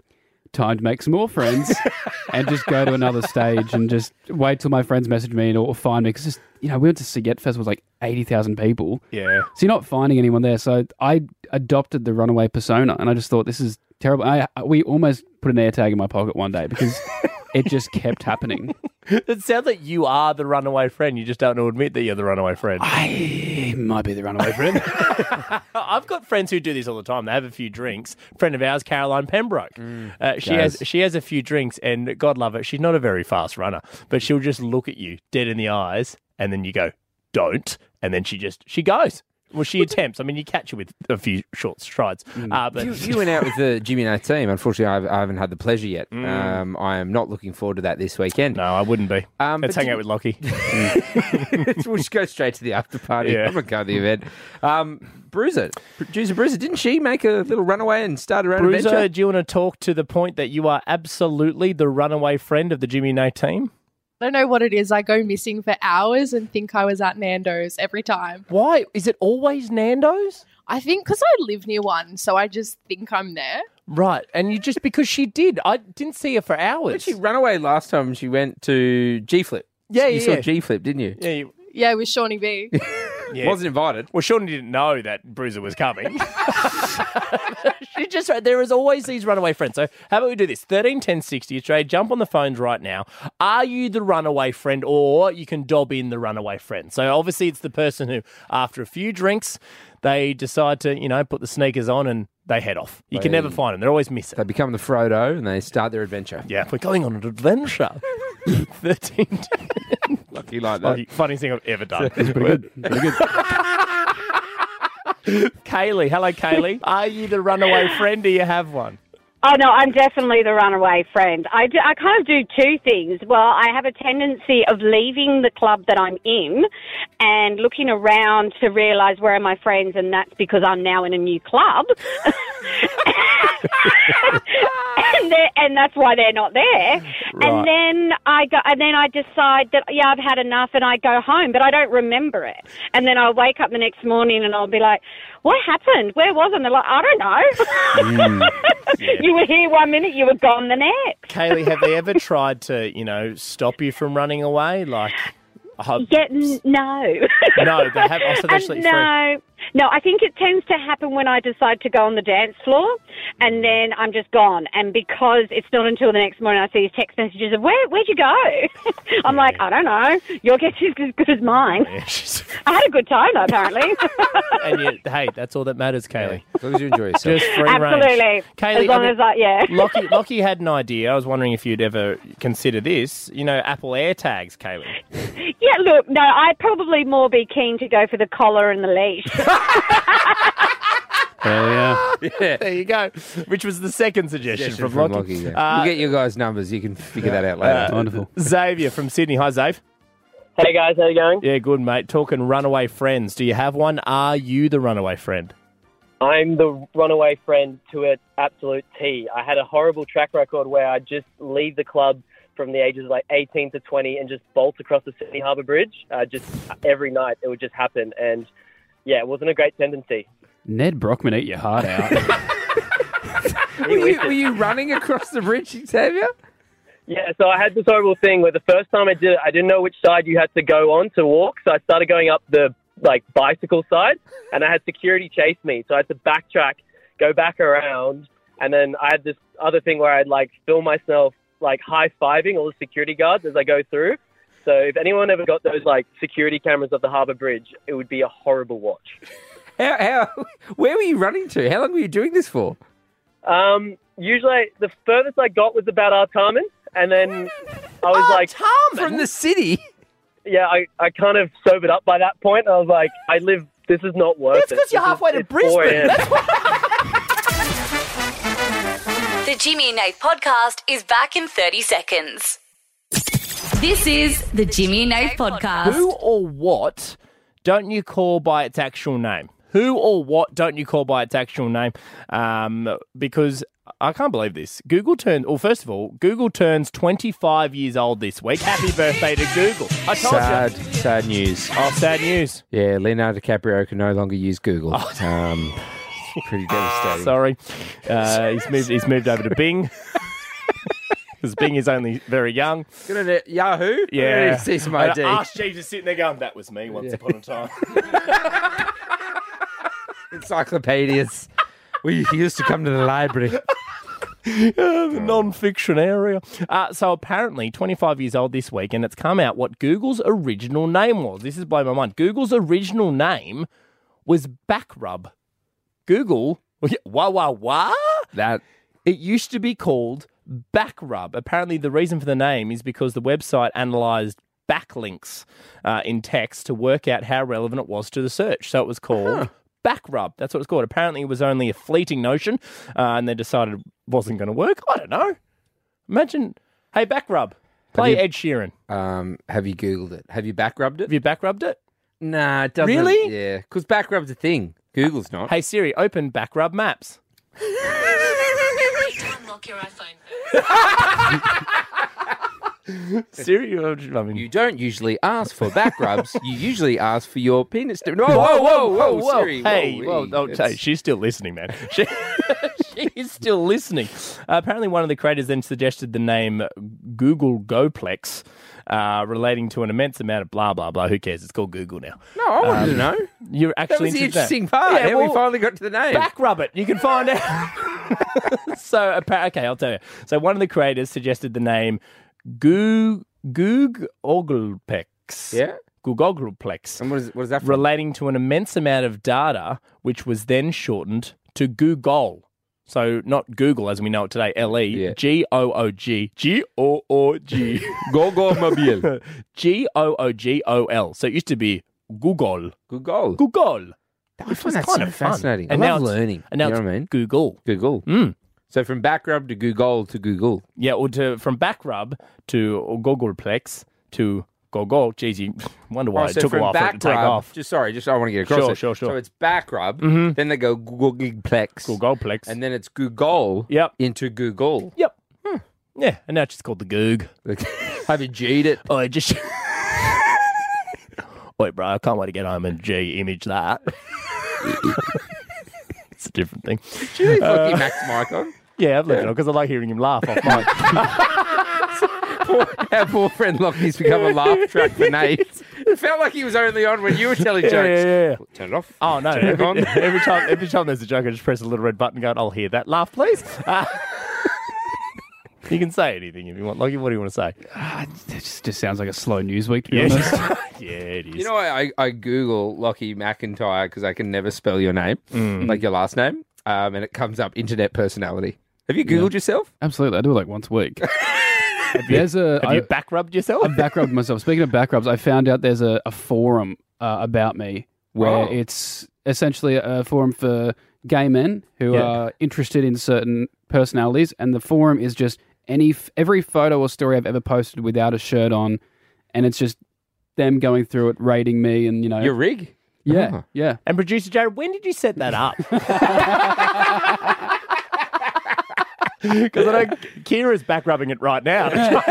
time to make some more friends and just go to another stage and just wait till my friends message me or, or find me. Because just, you know, we went to Siget Fest, it was like 80,000 people.
Yeah.
So you're not finding anyone there. So I adopted the runaway persona, and I just thought this is terrible. I I- we almost put an air tag in my pocket one day because it just kept happening.
it sounds like you are the runaway friend. You just don't want to admit that you're the runaway friend.
I might be the runaway friend.
I've got friends who do this all the time. They have a few drinks. Friend of ours, Caroline Pembroke.
Mm,
uh, she
Gaz.
has she has a few drinks, and God love it, she's not a very fast runner, but she'll just look at you dead in the eyes, and then you go, "Don't," and then she just she goes. Well, she attempts. I mean, you catch her with a few short strides.
Mm.
Uh, but
you, you went out with the Jimmy and I team. Unfortunately, I've, I haven't had the pleasure yet.
Mm.
Um, I am not looking forward to that this weekend. No,
I wouldn't be.
Um,
Let's
but
hang out with Lockie.
we'll just go straight to the after party.
Yeah.
I'm not going to the event. Um, Bruiser, producer Bruiser, didn't she make a little runaway and start her own
Bruiser,
adventure?
do you want to talk to the point that you are absolutely the runaway friend of the Jimmy Nate team?
I don't know what it is. I go missing for hours and think I was at Nando's every time.
Why? Is it always Nando's?
I think because I live near one, so I just think I'm there.
Right, and you just because she did, I didn't see her for hours.
Did she run away last time? She went to G Flip.
Yeah,
you
yeah,
saw
yeah.
G Flip, didn't you?
Yeah, you
Yeah, with Shawnee B.
wasn't invited.
Well, Sean didn't know Oh, that Bruiser was coming. she just there is always these runaway friends. So how about we do this? Thirteen ten sixty Australia. Jump on the phones right now. Are you the runaway friend, or you can dob in the runaway friend? So obviously it's the person who, after a few drinks, they decide to you know put the sneakers on and they head off. You can
They-
never find them. They're always missing.
They become the Frodo and they start their adventure.
Yeah, we're going on an adventure. Thirteen.
Lucky like
Lucky-
that.
Funniest thing I've ever done.
That's pretty good.
Kaylee, hello, Kaylee. Are you the runaway friend? Do you have one?
Oh no, I'm definitely the runaway friend. I, do, I kind of do two things. Well, I have a tendency of leaving the club that I'm in and looking around to realise where are my friends, and that's because I'm now in a new club, and, they're- and that's why they're not there.
Right.
And then I go, and then I decide that yeah, I've had enough, and I go home, but I don't remember it. And then I'll wake up the next morning and I'll be like, what happened? Where was I? And they're like, I don't know.
Mm.
You were here one minute, you were gone the next.
Kaylee, have they ever tried to, you know, stop you from running away? Like, I-
Yeah, n- no.
no, they have. Oh, so they
And
actually
no, no. I think it tends to happen when I decide to go on the dance floor, and then I'm just gone. And because it's not until the next morning I see these text messages of where where'd you go? I'm like, I don't know. Your guess is as good as mine. I had a good time though, apparently.
free- And you, hey, that's all that matters, Kaylee.
As long as you enjoy yourself.
Just free
Absolutely.
range. Kaylee,
as long
I mean-
as I, yeah.
Lockie, Lockie had an idea. I was wondering if you'd ever consider this. You know, Apple AirTags, Kaylee.
Yeah, look, no, I'd probably more be keen to go for the collar and the leash.
yeah.
There you go. Which was the second suggestion,
Suggestion
from Lockie.
yeah.
Uh,
we'll get your guys' numbers. You can figure that out
uh,
later.
Xavier from Sydney. Hi, Zave.
Hey guys, how you going?
Yeah, good, mate. Talking runaway friends. Do you have one? Are you the runaway friend?
I'm the runaway friend to an absolute T. I had a horrible track record where I just leave the club from the ages of like 18 to 20 and just bolt across the Sydney Harbour Bridge. Uh, just every night it would just happen. And yeah, it wasn't a great tendency.
Ned Brockman eat your heart out.
were, you, were you running across the bridge, Xavier?
Yeah, so I had this horrible thing where the first time I did it, I didn't know which side you had to go on to walk. So I started going up the like bicycle side, and I had security chase me. So I had to backtrack, go back around, and then I had this other thing where I'd like film myself like high fiving all the security guards as I go through. So if anyone ever got those like security cameras of the Harbour Bridge, it would be a horrible watch.
How, how, where were you running to? How long were you doing this for?
Um, usually the furthest I got was about Artarmon, and then I was like,
From the city?
yeah, I, I kind of sobered up by that point. I was like, I live. This is not worth
That's
it.
'cause you're
This is-
halfway to
it's 4
Brisbane.
a.m.
That's
The Jimmy and Nate podcast is back in 30 seconds. This is the Jimmy and Nate podcast.
Who or what don't you call by its actual name? Who or what don't you call by its actual name? Um, because I can't believe this. Google turns, well, first of all, Google turns 25 years old this week. Happy birthday to Google. I told
Sad,
you.
sad news.
Oh, sad news. Oh.
Yeah, Leonardo DiCaprio can no longer use Google. Um, it's pretty devastating.
Sorry. Uh, he's, moved, he's moved over to Bing. Because Bing is only very young.
Good Yahoo? I need
Yeah.
to see some
And
ID.
Ask Jeeves is sitting there going, that was me once
Yeah.
upon a time.
Encyclopedias. we used to come to the library.
Uh, the non-fiction area. Uh, so apparently, 25 years old this week, and it's come out what Google's original name was. This is blowing my mind. Google's original name was Backrub. Google, wah wah wah.
That
it used to be called Backrub. Apparently, the reason for the name is because the website analysed backlinks uh, in text to work out how relevant it was to the search. So it was called. Back rub. That's what it's called. Apparently, it was only a fleeting notion, uh, and they decided it wasn't going to work. I don't know. Imagine, hey, back rub. Play
you-
Ed Sheeran.
Um, have you Googled it? Have you back rubbed it? Have
you back rubbed it?
Nah, it doesn't.
Really?
Yeah, because back rub's a thing. Google's not.
Hey, Siri, open back rub maps.
Uh,
Siri, I mean,
you don't usually ask for back rubs. you usually ask for your penis. To- whoa, whoa, whoa, whoa, Siri.
Hey, whoa,
whoa, hey,
oh, hey,
it's-
she's still listening, man. She, she's still listening. Uh, apparently, one of the creators then suggested the name Google Goplex, uh, relating to an immense amount of blah blah blah. Who cares? It's called Google now. Um,
No, I wanted to know.
You're
That
actually
was the
interested in
interesting
that.
part.
Yeah,
how
well,
we finally got to the name.
Back rub it. You can find out. so, appa- okay, I'll tell you. So, one of the creators suggested the name Goog Ogleplex.
Yeah?
Googogleplex.
And what is, what is that
Relating to an immense amount of data, which was then shortened to Google. So, not Google as we know it today, L E G O O G G O O G.
Google Mobile.
G O O G O L. So, it used to be Google.
Google.
Google.
I find that
kind
so
of fun.
fascinating.
And
I
now
love
it's-
learning.
and now
you know
it's
what I mean?
Google. Hmm.
Google. So from back rub to Google to Google.
Yeah, or to from back rub to Googleplex to Gogol. Geez, you wonder why
Oh,
it
so
took a
from
while for it
back
to take
rub-
off.
Just sorry, just I want to get across.
Sure,
it.
sure, sure. Mm-hmm.
So it's back rub. Then they go Googleplex.
Googleplex.
And then it's Google.
Yep.
Into Google. Hmm.
Yep. Yeah, and now it's just called the Goog.
Have you G'd it?
Oh, I just. Wait, bro, I can't wait to get home and G image that. it's a different thing. Uh,
Do you leave fucking Max mic on?
Yeah, I've left
Yeah.
it because I like hearing him laugh off mic.
Our poor friend Lockie's become a laugh track for Nate. It felt like he was only on when you were telling
Yeah,
jokes.
yeah, yeah.
Turn it off.
Oh no!
Turn it
Every,
on.
every time, every time there's a joke, I just press a little red button. Going, I'll hear that laugh, please. Uh, you can say anything if you want. Like, what do you want to say?
Ah, It just, just sounds like a slow news week, to be
Yeah.
honest.
yeah, it is.
You know, I, I Google Lockie McIntyre because I can never spell your name,
Mm.
like your last name, um, and it comes up internet personality. Have you Googled yourself?
Absolutely. I do it like once a week. there's a,
have
I-
you
back rubbed yourself?
I back rubbed myself. Speaking of back rubs, I found out there's a, a forum uh, about me where
Oh.
it's essentially a forum for gay men who
Yeah.
are interested in certain personalities, and the forum is just any f- every photo or story I've ever posted without a shirt on, and it's just them going through it, rating me, and you know
Your rig.
Yeah,
Ah.
yeah.
And producer Jared, when did you set that up? Because I know Kira's back rubbing it right now.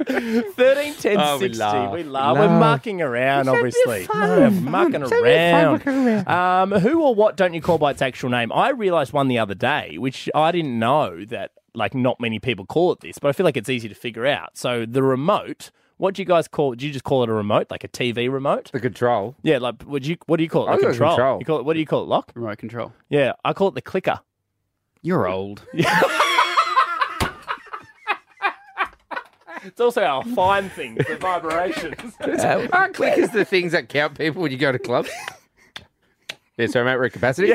13, 10,
Oh, we
60.
laugh.
We
We
laugh. We're
laugh.
mucking around,
It's a bit
obviously.
fun.
We're
Fun.
mucking
It's a bit fun,
around.
mucking around.
Um, who or what don't you call by its actual name? I realised one the other day, which I didn't know that like not many people call it this, but I feel like it's easy to figure out. So the remote, what do you guys call it? Do you just call it a remote, like a TV remote?
The control.
Yeah, like would you? What do you call it?
I
Like
call it
control.
control.
You call it? What do you call it? Lock.
Remote control.
Yeah, I call it the clicker.
You're old.
It's also our fine thing, the vibrations.
Aren't clickers the things that count people when you go to clubs? yeah, sorry, mate, we're at capacity.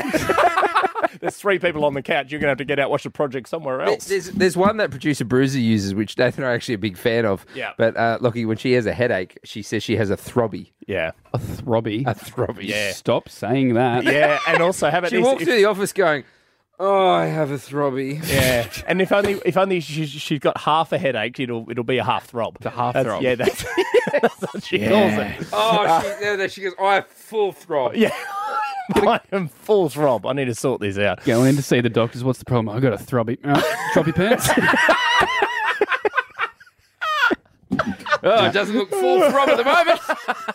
There's three people on the couch. You're going to have to get out, watch the project somewhere else.
There's, there's one that producer Bruiser uses, which Nathan and I are actually a big fan of.
Yeah.
But uh, Lockie, when she has a headache, she says she has a throbby.
Yeah.
A
throbby.
A throbby.
Yeah. Stop saying that.
Yeah, and also have it.
She walks through the office going, "Oh, I have a throbby."
Yeah, and if only if only she, she's got half a headache, it'll it'll be a half throb. The half
throb.
Yeah, that's, that's what she calls it.
Oh, she, no, no, she goes, "I have full throb."
Yeah. I am full throb. I need to sort this out.
Going in to see the doctors. What's the problem? I got a throbby, uh, throbby pants.
Oh, it doesn't look full throb at the moment.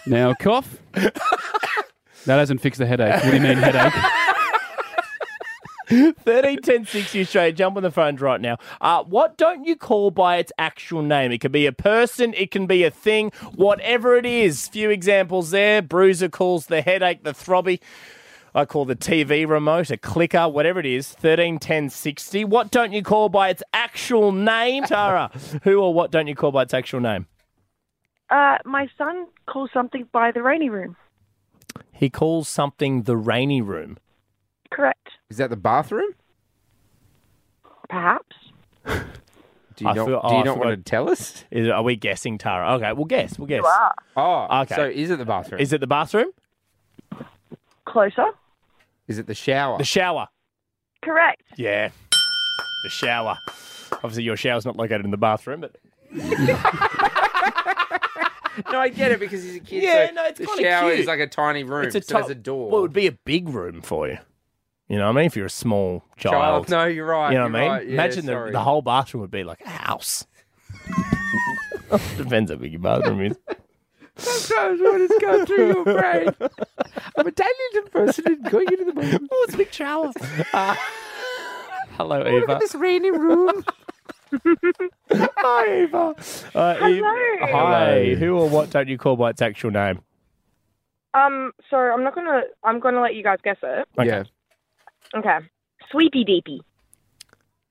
now cough. That hasn't fixed the headache. What do you mean headache?
13 10 60 Australia. Jump on the phones right now. Uh, what don't you call by its actual name? It can be a person, it can be a thing, whatever it is. Few examples there. Bruiser calls the headache the throbby. I call the TV remote a clicker, whatever it is. 13 10 60. What don't you call by its actual name, Tara? Who or what don't you call by its actual name?
Uh, my son calls something by the rainy room.
He calls something the rainy room.
Correct,
Is that the bathroom?
perhaps.
Do you
I
not,
feel-
do
oh,
you
I
not want
forgot-
to tell us?
Is, are we guessing, Tara? Okay, we'll guess. We'll guess.
are.
Oh,
Okay.
So is it the bathroom?
Is it the bathroom?
Closer.
Is it the shower?
The shower.
Correct.
Yeah. The shower. Obviously, your shower's not located in the bathroom, but.
no, I get it because he's a kid.
Yeah,
so
no, it's
the
kinda
shower
cute.
is like a tiny room.
It's a
so
top-
there's a door.
Well, it would be a big room for you. You know what I mean? If you're a small child.
Child, no, you're right,
You know what
you're
I mean?
right, yeah,
Imagine the,
sorry.
the whole bathroom would be like a house. Depends how big your bathroom is.
Sometimes when it's going through your brain,
I'm a talented person and going into the bathroom.
Oh, it's a big shower. Ah.
Hello,
Oh, look
Eva.
at this rainy room.
Hi, Eva. Uh, Eve-
Hello.
Hi. Who or what don't you call by its actual name?
Um, so I'm not gonna. I'm gonna let you guys guess it.
Okay.
Okay. Sweepy deepy.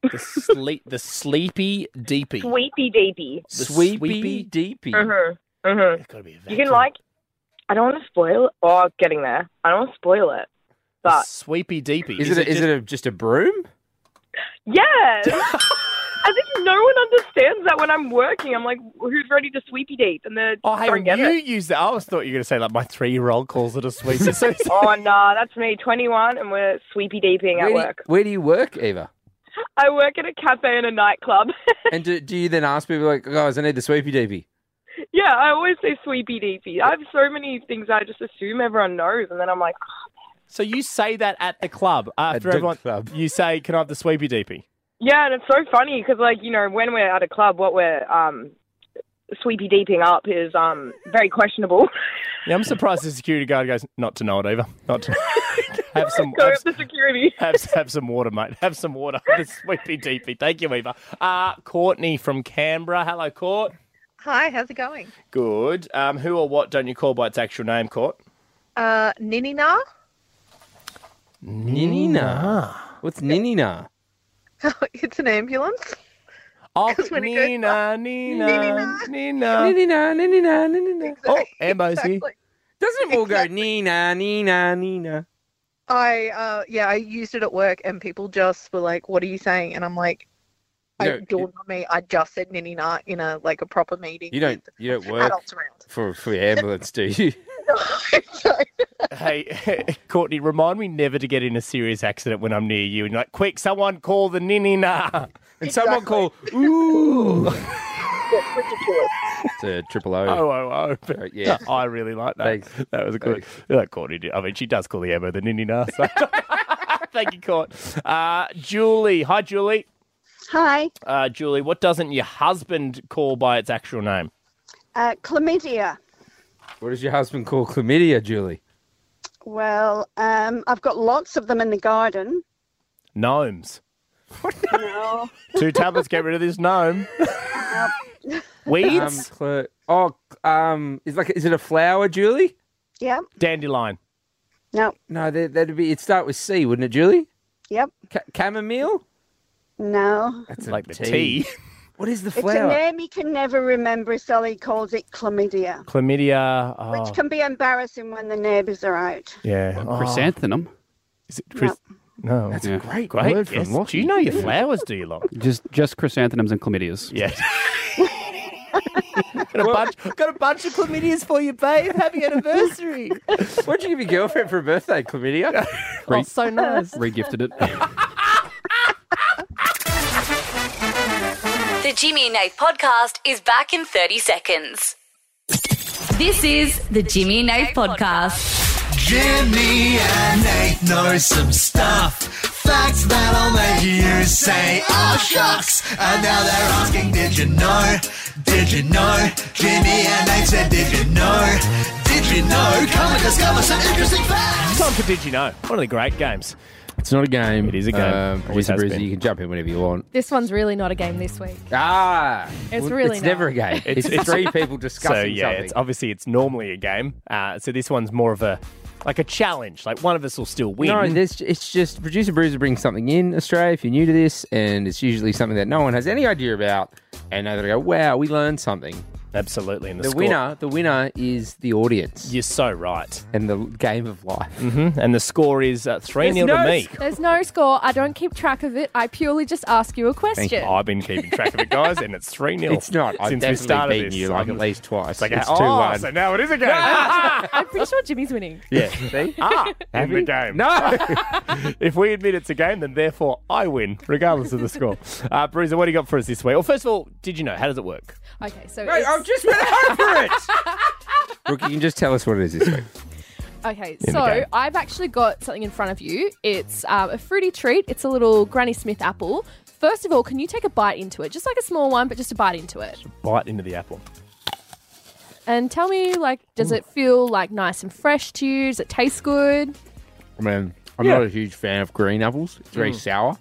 The, sleep, the sleepy deepy.
Sweepy deepy.
The Sweepy deepy.
Mhm. Mhm. You can like. I don't want to spoil. it. Oh, I'm getting there. I don't want to spoil it. But
Sweepy deepy.
Is, it, a- is it a, just a broom?
yes. I think no one understands that when I'm working. I'm like, who's ready to sweepy deep? And they're
Oh, hey,
don't get
you
it.
use that. I always thought you were going to say like my three-year-old calls it a sweepy. So-
oh no, that's me. 21, and we're sweepy deeping at
Where do, you,
work.
where do you work, Eva?
I work at a cafe and a nightclub.
And do, do you then ask people like, guys, I need the sweepy deepy?
yeah, I always say sweepy deepy. I have so many things I just assume everyone knows, and then I'm like, "Ah,
so you say that at the club after
the
everyone. Club. You say, "Can I have the sweepy deepy?"
Yeah, and it's so funny because, like, you know, when we're at a club, what we're um, sweepy deeping up is um, very questionable.
Yeah, I'm surprised the security guard goes, "Not to know it, Eva. Not to have some
Go
have,
up to security.
have, have some water, mate. Have some water. The sweepy deepy. Thank you, Eva. Uh, Courtney from Canberra. Hello, Court.
Hi, how's it going?
Good. Um, who or what don't you call by its actual name, Court?
Uh, Ninina?
Ninina. What's Ninina?
it's an ambulance.
Oh,
'Cause when it goes
Nina, Nina, Nina,
Nina, Nina, Nina.
Oh, Ambo's here.
Doesn't it all go Nina, Nina, Nina?
I, uh, yeah, I used it at work and people just were like, what are you saying? And I'm like, I
No,
it dawned on me. I just said Ninina in a, like, a proper meeting.
You don't you don't work
adults around.
for for your ambulance, do you?
Hey, Courtney, remind me never to get in a serious accident when I'm near you. And you're like, quick, someone call the ninny na.
And someone call, ooh.
It's ridiculous.
It's a triple O.
Oh, oh, oh.
Very- yeah.
I really like that. That was good. That Courtney did. I mean, she does call the ammo the ninny nurse. Thank you, Court. Uh, Julie. Hi, Julie.
Hi,
Uh, Julie, what doesn't your husband call by its actual name?
uh, chlamydia.
What does your husband call chlamydia, Julie?
Well, um, I've got lots of them in the garden.
Gnomes. Two tablets get rid of this gnome.
Um,
Weeds?
cl- oh, um, is like is it a flower, Julie?
Yep.
Dandelion.
No.
No, that- that'd be. It'd start with C, wouldn't it, Julie?
Yep.
Ca- chamomile.
No.
That's
like the tea.
What is the
It's a
flower?
name he can never remember, so he calls it chlamydia,
Chlamydia. Oh,
which can be embarrassing when the neighbours are out.
yeah.
Oh.
Chrysanthemum.
Is it Chris- No.
That's
a great word from Lachie. Do you know your flowers, do you, Lock?
Just just chrysanthemums and chlamydias.
Yeah. got, a bunch, got a bunch of chlamydias for you, babe. Happy anniversary.
What'd you give your girlfriend for her birthday, chlamydia?
Oh, so nice.
Regifted it.
The Jimmy and Nate podcast is back in 30 seconds. This is the Jimmy and Nate podcast.
Jimmy and Nate know some stuff. Facts that'll make you say, oh shucks. And now they're asking, did you know? Did you know? Jimmy and Nate said, did you know? Did you know? Come and discover some interesting facts.
Time for Did You Know? One of the great games.
It's not a game. It is
a game.
Um,
Always
Whizzy
has
Brizzy,
been.
you can jump in whenever you want.
This one's really not a game this week.
Ah,
It's really
it's
not.
never a game. It's, three people discussing
so, yeah,
something.
It's, obviously, it's normally a game. Uh, so this one's more of a like a challenge. Like one of us will still win.
No, there's, it's just producer Bruiser brings something in Australia if you're new to this, and it's usually something that no one has any idea about, and they go, "Wow, we learned something."
Absolutely, and the
the
score-
winner, the winner is the audience.
You're so right.
And the game of life.
Mm-hmm. And the score is uh, three 0 to me.
There's no score. I don't keep track of it. I purely just ask you a question.
I've been keeping track of it, guys, and it's three 0
It's not. I've
Since we
definitely
started
beaten
this,
you like
I'm-
at least twice.
It's like
It's
oh,
2-1.
so now it is a game.
I'm pretty sure Jimmy's winning.
Yeah. See?
ah, in the game.
No.
if we admit it's a game, then therefore I win, regardless of the score. Uh, Bruiser, what do you got for us this week? Well, first of all, did you know? How does it work?
Okay, so
Right,
it's-
I've just been over
it. Brooke, you can just tell us what it is this week.
Okay,
the
so
game.
I've actually got something in front of you. It's um, a fruity treat. It's a little Granny Smith apple. First of all, can you take a bite into it? Just like a small one, but just a bite into it.
Bite into the apple.
And tell me, like, does it feel like nice and fresh to you? Does it taste good?
I mean, I'm
Yeah.
not a huge fan of green apples. It's very
Mm.
sour.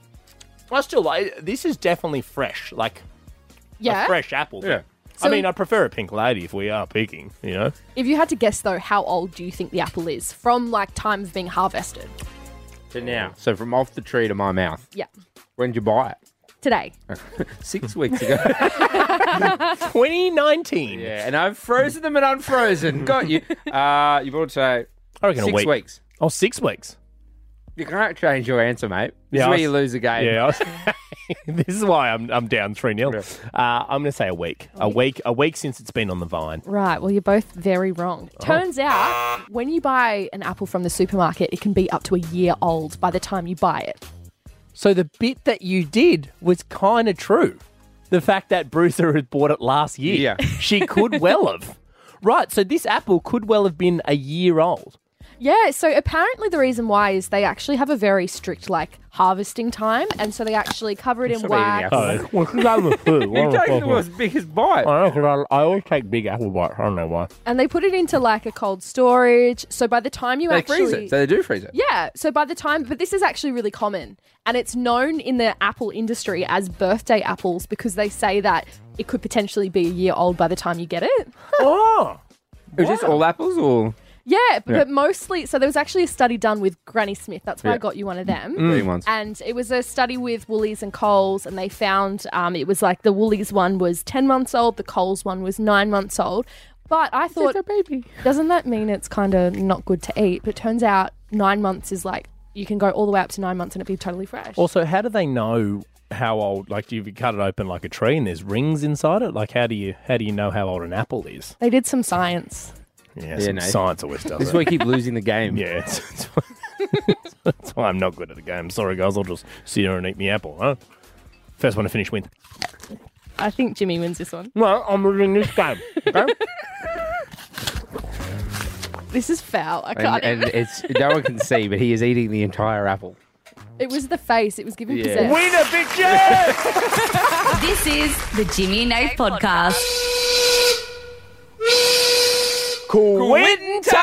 I still like this is definitely fresh, like
Yeah.
a fresh apple.
Yeah.
I
So-
mean, I prefer a pink lady if we are picking, you know.
If you had to guess though, how old do you think the apple is from like time of being harvested?
To now. So from off the tree to my mouth.
Yeah,
When would you buy
today.
it? Six weeks ago.
2019.
Yeah, and I've frozen them and unfrozen. Got you. Uh, you bought say
I reckon a
six
week.
weeks.
Oh, six weeks.
You can't change your answer, mate. This
Yeah,
is
I
where
was-
you lose a game.
Yeah, I was- this is why I'm I'm down three 0 uh, I'm going to say a week, a week, a week since it's been on the vine.
Right. Well, you're both very wrong. Turns out, when you buy an apple from the supermarket, it can be up to a year old by the time you buy it.
So the bit that you did was kind of true. The fact that Bruiser had bought it last year.
Yeah.
She could well have. Right, so this apple could well have been a year old.
Yeah, so apparently the reason why is they actually have a very strict like harvesting time, and so they actually cover it in wax.
Oh, well, because I'm a fool.
You take the world's biggest bite.
I know, because I, I always take big apple bites. I don't know why.
And they put it into like a cold storage. So by the time you
they
actually
freeze it. So they do freeze it.
Yeah. So by the time, but this is actually really common, and it's known in the apple industry as birthday apples because they say that it could potentially be a year old by the time you get it.
oh.
Is this all apples or?
Yeah,
Yeah.
but mostly. So there was actually a study done with Granny Smith. That's why I
Yeah.
got you one of them.
Mm. Green ones.
And it was a study with Woolies and Coles, and they found um, it was like the Woolies one was ten months old, the Coles one was nine months old. But I thought,
baby.
doesn't that mean it's kind of not good to eat? But it turns out nine months is like you can go all the way up to nine months and it'd be totally fresh.
Also, how do they know how old? Like, do you cut it open like a tree and there's rings inside it? Like, how do you how do you know how old an apple is?
They did some science.
Yeah,
Yeah,
some
no.
science always does. it.
This is why you keep losing the game.
Yeah, it's, it's, that's why I'm not good at the game. Sorry, guys. I'll just sit here and eat my apple. Huh? First one to finish wins.
I think Jimmy wins this one.
Well, I'm winning this game. Okay?
This is foul. I
And,
can't.
and
even.
it's no one can see, but he is eating the entire apple.
It was the face. It was giving
Yeah.
possess.
Winner, bitches!
This is the Jimmy and Nate podcast.
Quitting time!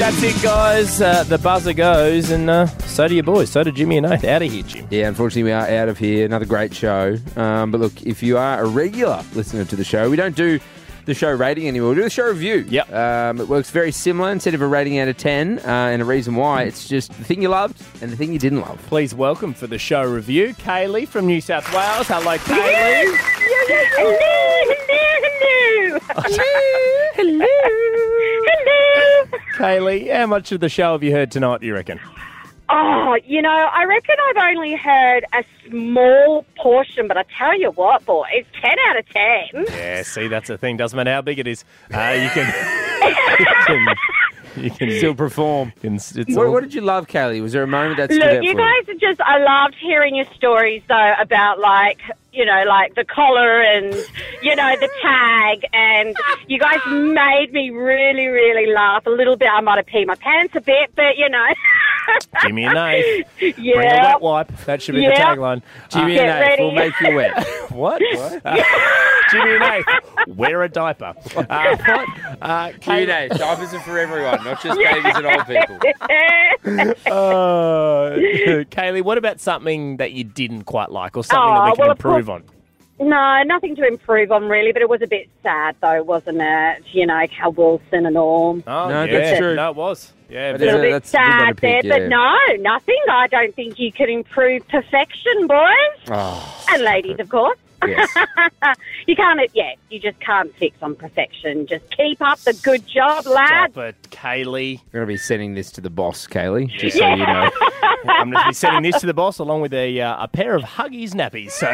That's it, guys. Uh, the buzzer goes, and uh, so do your boys. So do Jimmy and Nath. Out of here, Jim.
Yeah, unfortunately, we are out of here. Another great show. Um, but look, if you are a regular listener to the show, we don't do the show rating anymore. We do the show review. Yep. Um, it works very similar. Instead of a rating out of 10 uh, and a reason why, it's just the thing you loved and the thing you didn't love.
Please welcome for the show review Kaylee from New South Wales. Hello, Kaylee.
Hello,
hello,
hello,
hello.
Kaylee, how much of the show have you heard tonight, do you reckon?
Oh, you know, I reckon I've only heard a small portion, but I tell you what, boy, it's 10 out of 10.
Yeah, see, that's the thing. Doesn't matter how big it is. Uh, you can. you can you can
still perform.
It's,
what,
all-
what did you love, Kaylee? Was there a moment that stood
Look,
out
you
for
guys are just, I loved hearing your stories, though, about, like, you know, like the collar and, you know, the tag. And you guys made me really, really laugh a little bit. I might have peed my pants a bit, but, you know.
Jimmy and Nath.
Yeah.
Bring a wet wipe. That should be the
Yeah.
tagline.
Jimmy Get and Nath will ready. make you wet.
what? what? Uh, Jimmy and Nath, wear a diaper. Uh, what? Uh,
you?
Kaylee-
Q&A. Diapers are for everyone, not just babies and old people.
Uh, Kaylee, what about something that you didn't quite like or something that
Oh,
we can
well, of
improve on?
course- No, nothing to improve on really, but it was a bit sad though, wasn't it? You know, Cal Wilson and all.
Oh,
No,
yeah.
that's true.
No, it was. Yeah,
a little bit sad there, but no, nothing. I don't think you can improve perfection, boys
Oh,
and ladies, of course.
Yes.
you can't. Yeah, you just can't fix on perfection. Just keep up the good job, lads.
But Kaylee.
We're going to be sending this to the boss, Kaylee, just
Yeah.
so you know.
I'm going to be sending this to the boss along with a, uh, a pair of Huggies nappies. So.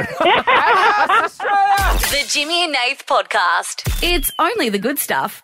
the Jimmy and Nath podcast. It's only the good stuff.